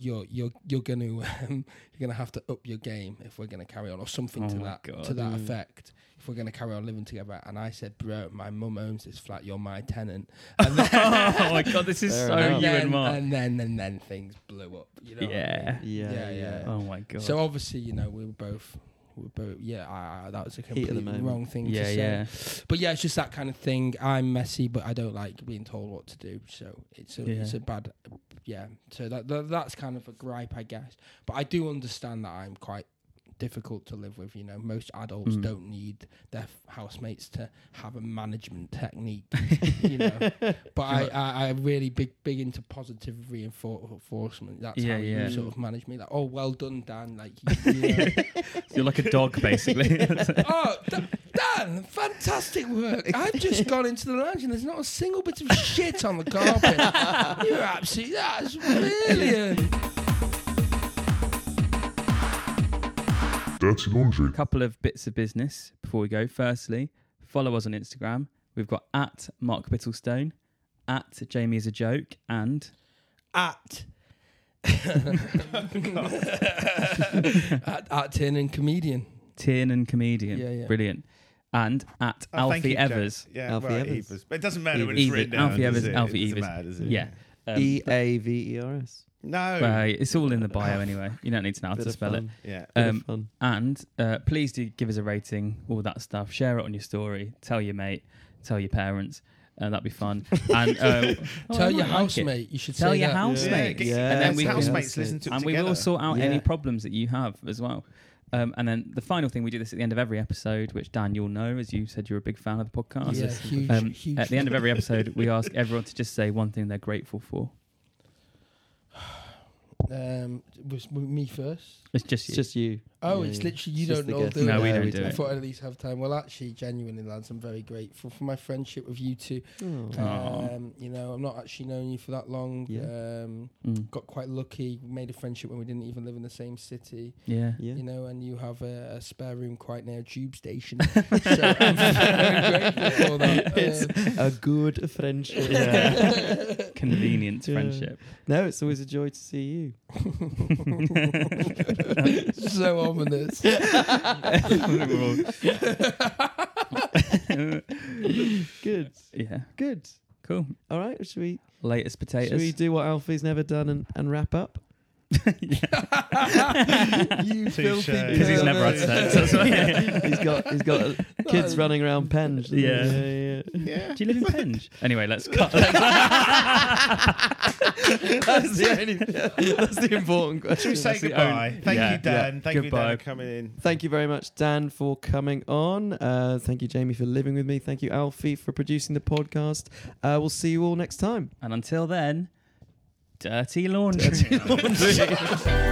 Speaker 3: You're you're you're gonna um, you're gonna have to up your game if we're gonna carry on or something
Speaker 4: Oh
Speaker 3: to
Speaker 4: my
Speaker 3: that
Speaker 4: God.
Speaker 3: to that effect if we're gonna carry on living together and I said bro my mum owns this flat you're my tenant and then,
Speaker 4: oh my god, this is
Speaker 2: Fair
Speaker 4: so
Speaker 2: enough.
Speaker 4: you and
Speaker 3: then,
Speaker 4: Mark.
Speaker 3: and then and then things blew up you know what I mean?
Speaker 4: yeah.
Speaker 2: yeah, yeah,
Speaker 3: Yeah, yeah.
Speaker 4: Oh my god.
Speaker 3: uh, So obviously, you know, we were both, we were both. Yeah, I, I, that was a
Speaker 2: of the
Speaker 3: completely
Speaker 2: moment.
Speaker 3: wrong thing to
Speaker 4: yeah,
Speaker 3: say.
Speaker 4: yeah.
Speaker 3: But yeah, it's just that kind of thing. I'm messy, but I don't like being told what to do. So it's a,
Speaker 4: Yeah.
Speaker 3: it's a bad, yeah. So that, that that's kind of a gripe, I guess. But I do understand that I'm quite difficult to live with. You know, most adults
Speaker 4: Mm.
Speaker 3: don't need their f- housemates to have a management technique. you know, but I, I, I really big big into positive reinfor- reinforcement. That's
Speaker 4: Yeah,
Speaker 3: how
Speaker 4: yeah.
Speaker 3: you sort of manage me. Like, oh, well done, Dan. Like, you, you know.
Speaker 4: You're like a dog, basically.
Speaker 3: oh, that, Dan, fantastic work. I've just gone into the lounge and there's not a single bit of shit on the carpet. You're absolutely, that's brilliant.
Speaker 5: Dirty Laundry.
Speaker 4: A couple of bits of business before we go. Firstly, follow us on Instagram. We've got at Mark Bittlestone, at Jamie is a joke, and
Speaker 3: At. at, at Tin and Comedian.
Speaker 4: Tiernan Comedian.
Speaker 3: Yeah, yeah.
Speaker 4: Brilliant. And at
Speaker 1: Oh, thank
Speaker 4: Alfie
Speaker 1: you, Jack.
Speaker 4: Evers. E-
Speaker 1: Yeah,
Speaker 2: Alfie
Speaker 1: well,
Speaker 2: Evers.
Speaker 1: Evers. But it doesn't matter when
Speaker 4: Evers.
Speaker 1: it's written down.
Speaker 4: Alfie
Speaker 1: does
Speaker 4: Evers,
Speaker 1: it?
Speaker 4: Alfie
Speaker 1: it doesn't
Speaker 4: Evers.
Speaker 1: matter, does it?
Speaker 4: Yeah. Um,
Speaker 2: E A V E R S.
Speaker 1: No.
Speaker 4: well, it's all in the bio anyway. You don't need to know how to spell it.
Speaker 1: yeah.
Speaker 2: Bit of
Speaker 4: Um,
Speaker 2: fun.
Speaker 4: And uh, please do give us a rating, all that stuff. Share it on your story. Tell your mate. Tell your parents. Uh, that'd be fun. And um, oh, I
Speaker 3: Tell your
Speaker 4: might like it.
Speaker 3: housemate. You should
Speaker 4: Tell
Speaker 3: say
Speaker 4: your
Speaker 3: that.
Speaker 1: Yeah,
Speaker 4: housemate.
Speaker 1: get-
Speaker 2: Yeah.
Speaker 1: and then we
Speaker 4: can-
Speaker 1: housemates listen to it
Speaker 4: and
Speaker 1: together.
Speaker 4: we will sort out
Speaker 2: Yeah.
Speaker 4: any problems that you have as well. Um, and then the final thing we do this at the end of every episode, which Dan, you'll know, as you said, you're a big fan of the podcast.
Speaker 3: Yeah, huge,
Speaker 4: Um,
Speaker 3: huge.
Speaker 4: At the end of every episode, we ask everyone to just say one thing they're grateful for.
Speaker 3: um, was me first.
Speaker 4: It's just
Speaker 2: It's
Speaker 4: you.
Speaker 2: just you.
Speaker 3: Oh,
Speaker 2: Yeah,
Speaker 3: it's
Speaker 2: yeah.
Speaker 3: literally you
Speaker 2: It's just
Speaker 3: don't
Speaker 2: the
Speaker 3: know.
Speaker 2: guest.
Speaker 3: do it?
Speaker 4: No, we
Speaker 2: Yeah,
Speaker 4: don't
Speaker 2: we
Speaker 4: do
Speaker 2: do.
Speaker 3: I
Speaker 4: it.
Speaker 3: thought at least have time. Well, actually, genuinely, lads, I'm very grateful for my friendship with you two.
Speaker 2: Oh.
Speaker 4: Aw.
Speaker 3: Um, you know, I'm not actually known you for that long. Um,
Speaker 4: Mm.
Speaker 3: got quite lucky, made a friendship when we didn't even live in the same city.
Speaker 4: Yeah.
Speaker 2: Yeah.
Speaker 3: You know, and you have a, a spare room quite near a tube station. so I'm very grateful for that.
Speaker 2: It's
Speaker 3: Um,
Speaker 2: a good friendship.
Speaker 4: Convenient
Speaker 2: Yeah.
Speaker 4: friendship.
Speaker 2: No, it's always a joy to see you.
Speaker 3: Um, so ominous.
Speaker 2: Good.
Speaker 4: Yeah.
Speaker 2: Good.
Speaker 4: Cool.
Speaker 2: All right. Should we?
Speaker 4: Latest
Speaker 2: Should we
Speaker 4: potatoes.
Speaker 2: do what Alfie's never done and, and wrap up?
Speaker 3: you
Speaker 1: Touche.
Speaker 3: filthy.
Speaker 1: Because
Speaker 4: Because he's
Speaker 3: pervert.
Speaker 4: never had sex. that's why.
Speaker 2: he's got he's got kids running around pens.
Speaker 4: Yeah.
Speaker 2: yeah, yeah.
Speaker 1: yeah.
Speaker 4: Do you live in Penge? Anyway, let's cut.
Speaker 2: That's the only. That's the important
Speaker 1: Should
Speaker 2: question.
Speaker 1: we say
Speaker 4: That's the
Speaker 1: goodbye?
Speaker 4: only-
Speaker 1: Thank
Speaker 4: Yeah.
Speaker 1: you, Dan. Thank you,
Speaker 4: Goodbye.
Speaker 1: Dan, for coming in.
Speaker 2: Thank you very much, Dan, for coming on. Uh, thank you, Jamie, for living with me. Thank you, Alfie, for producing the podcast. Uh, we'll see you all next time.
Speaker 4: and until then, dirty laundry.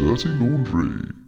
Speaker 5: Dirty Laundry.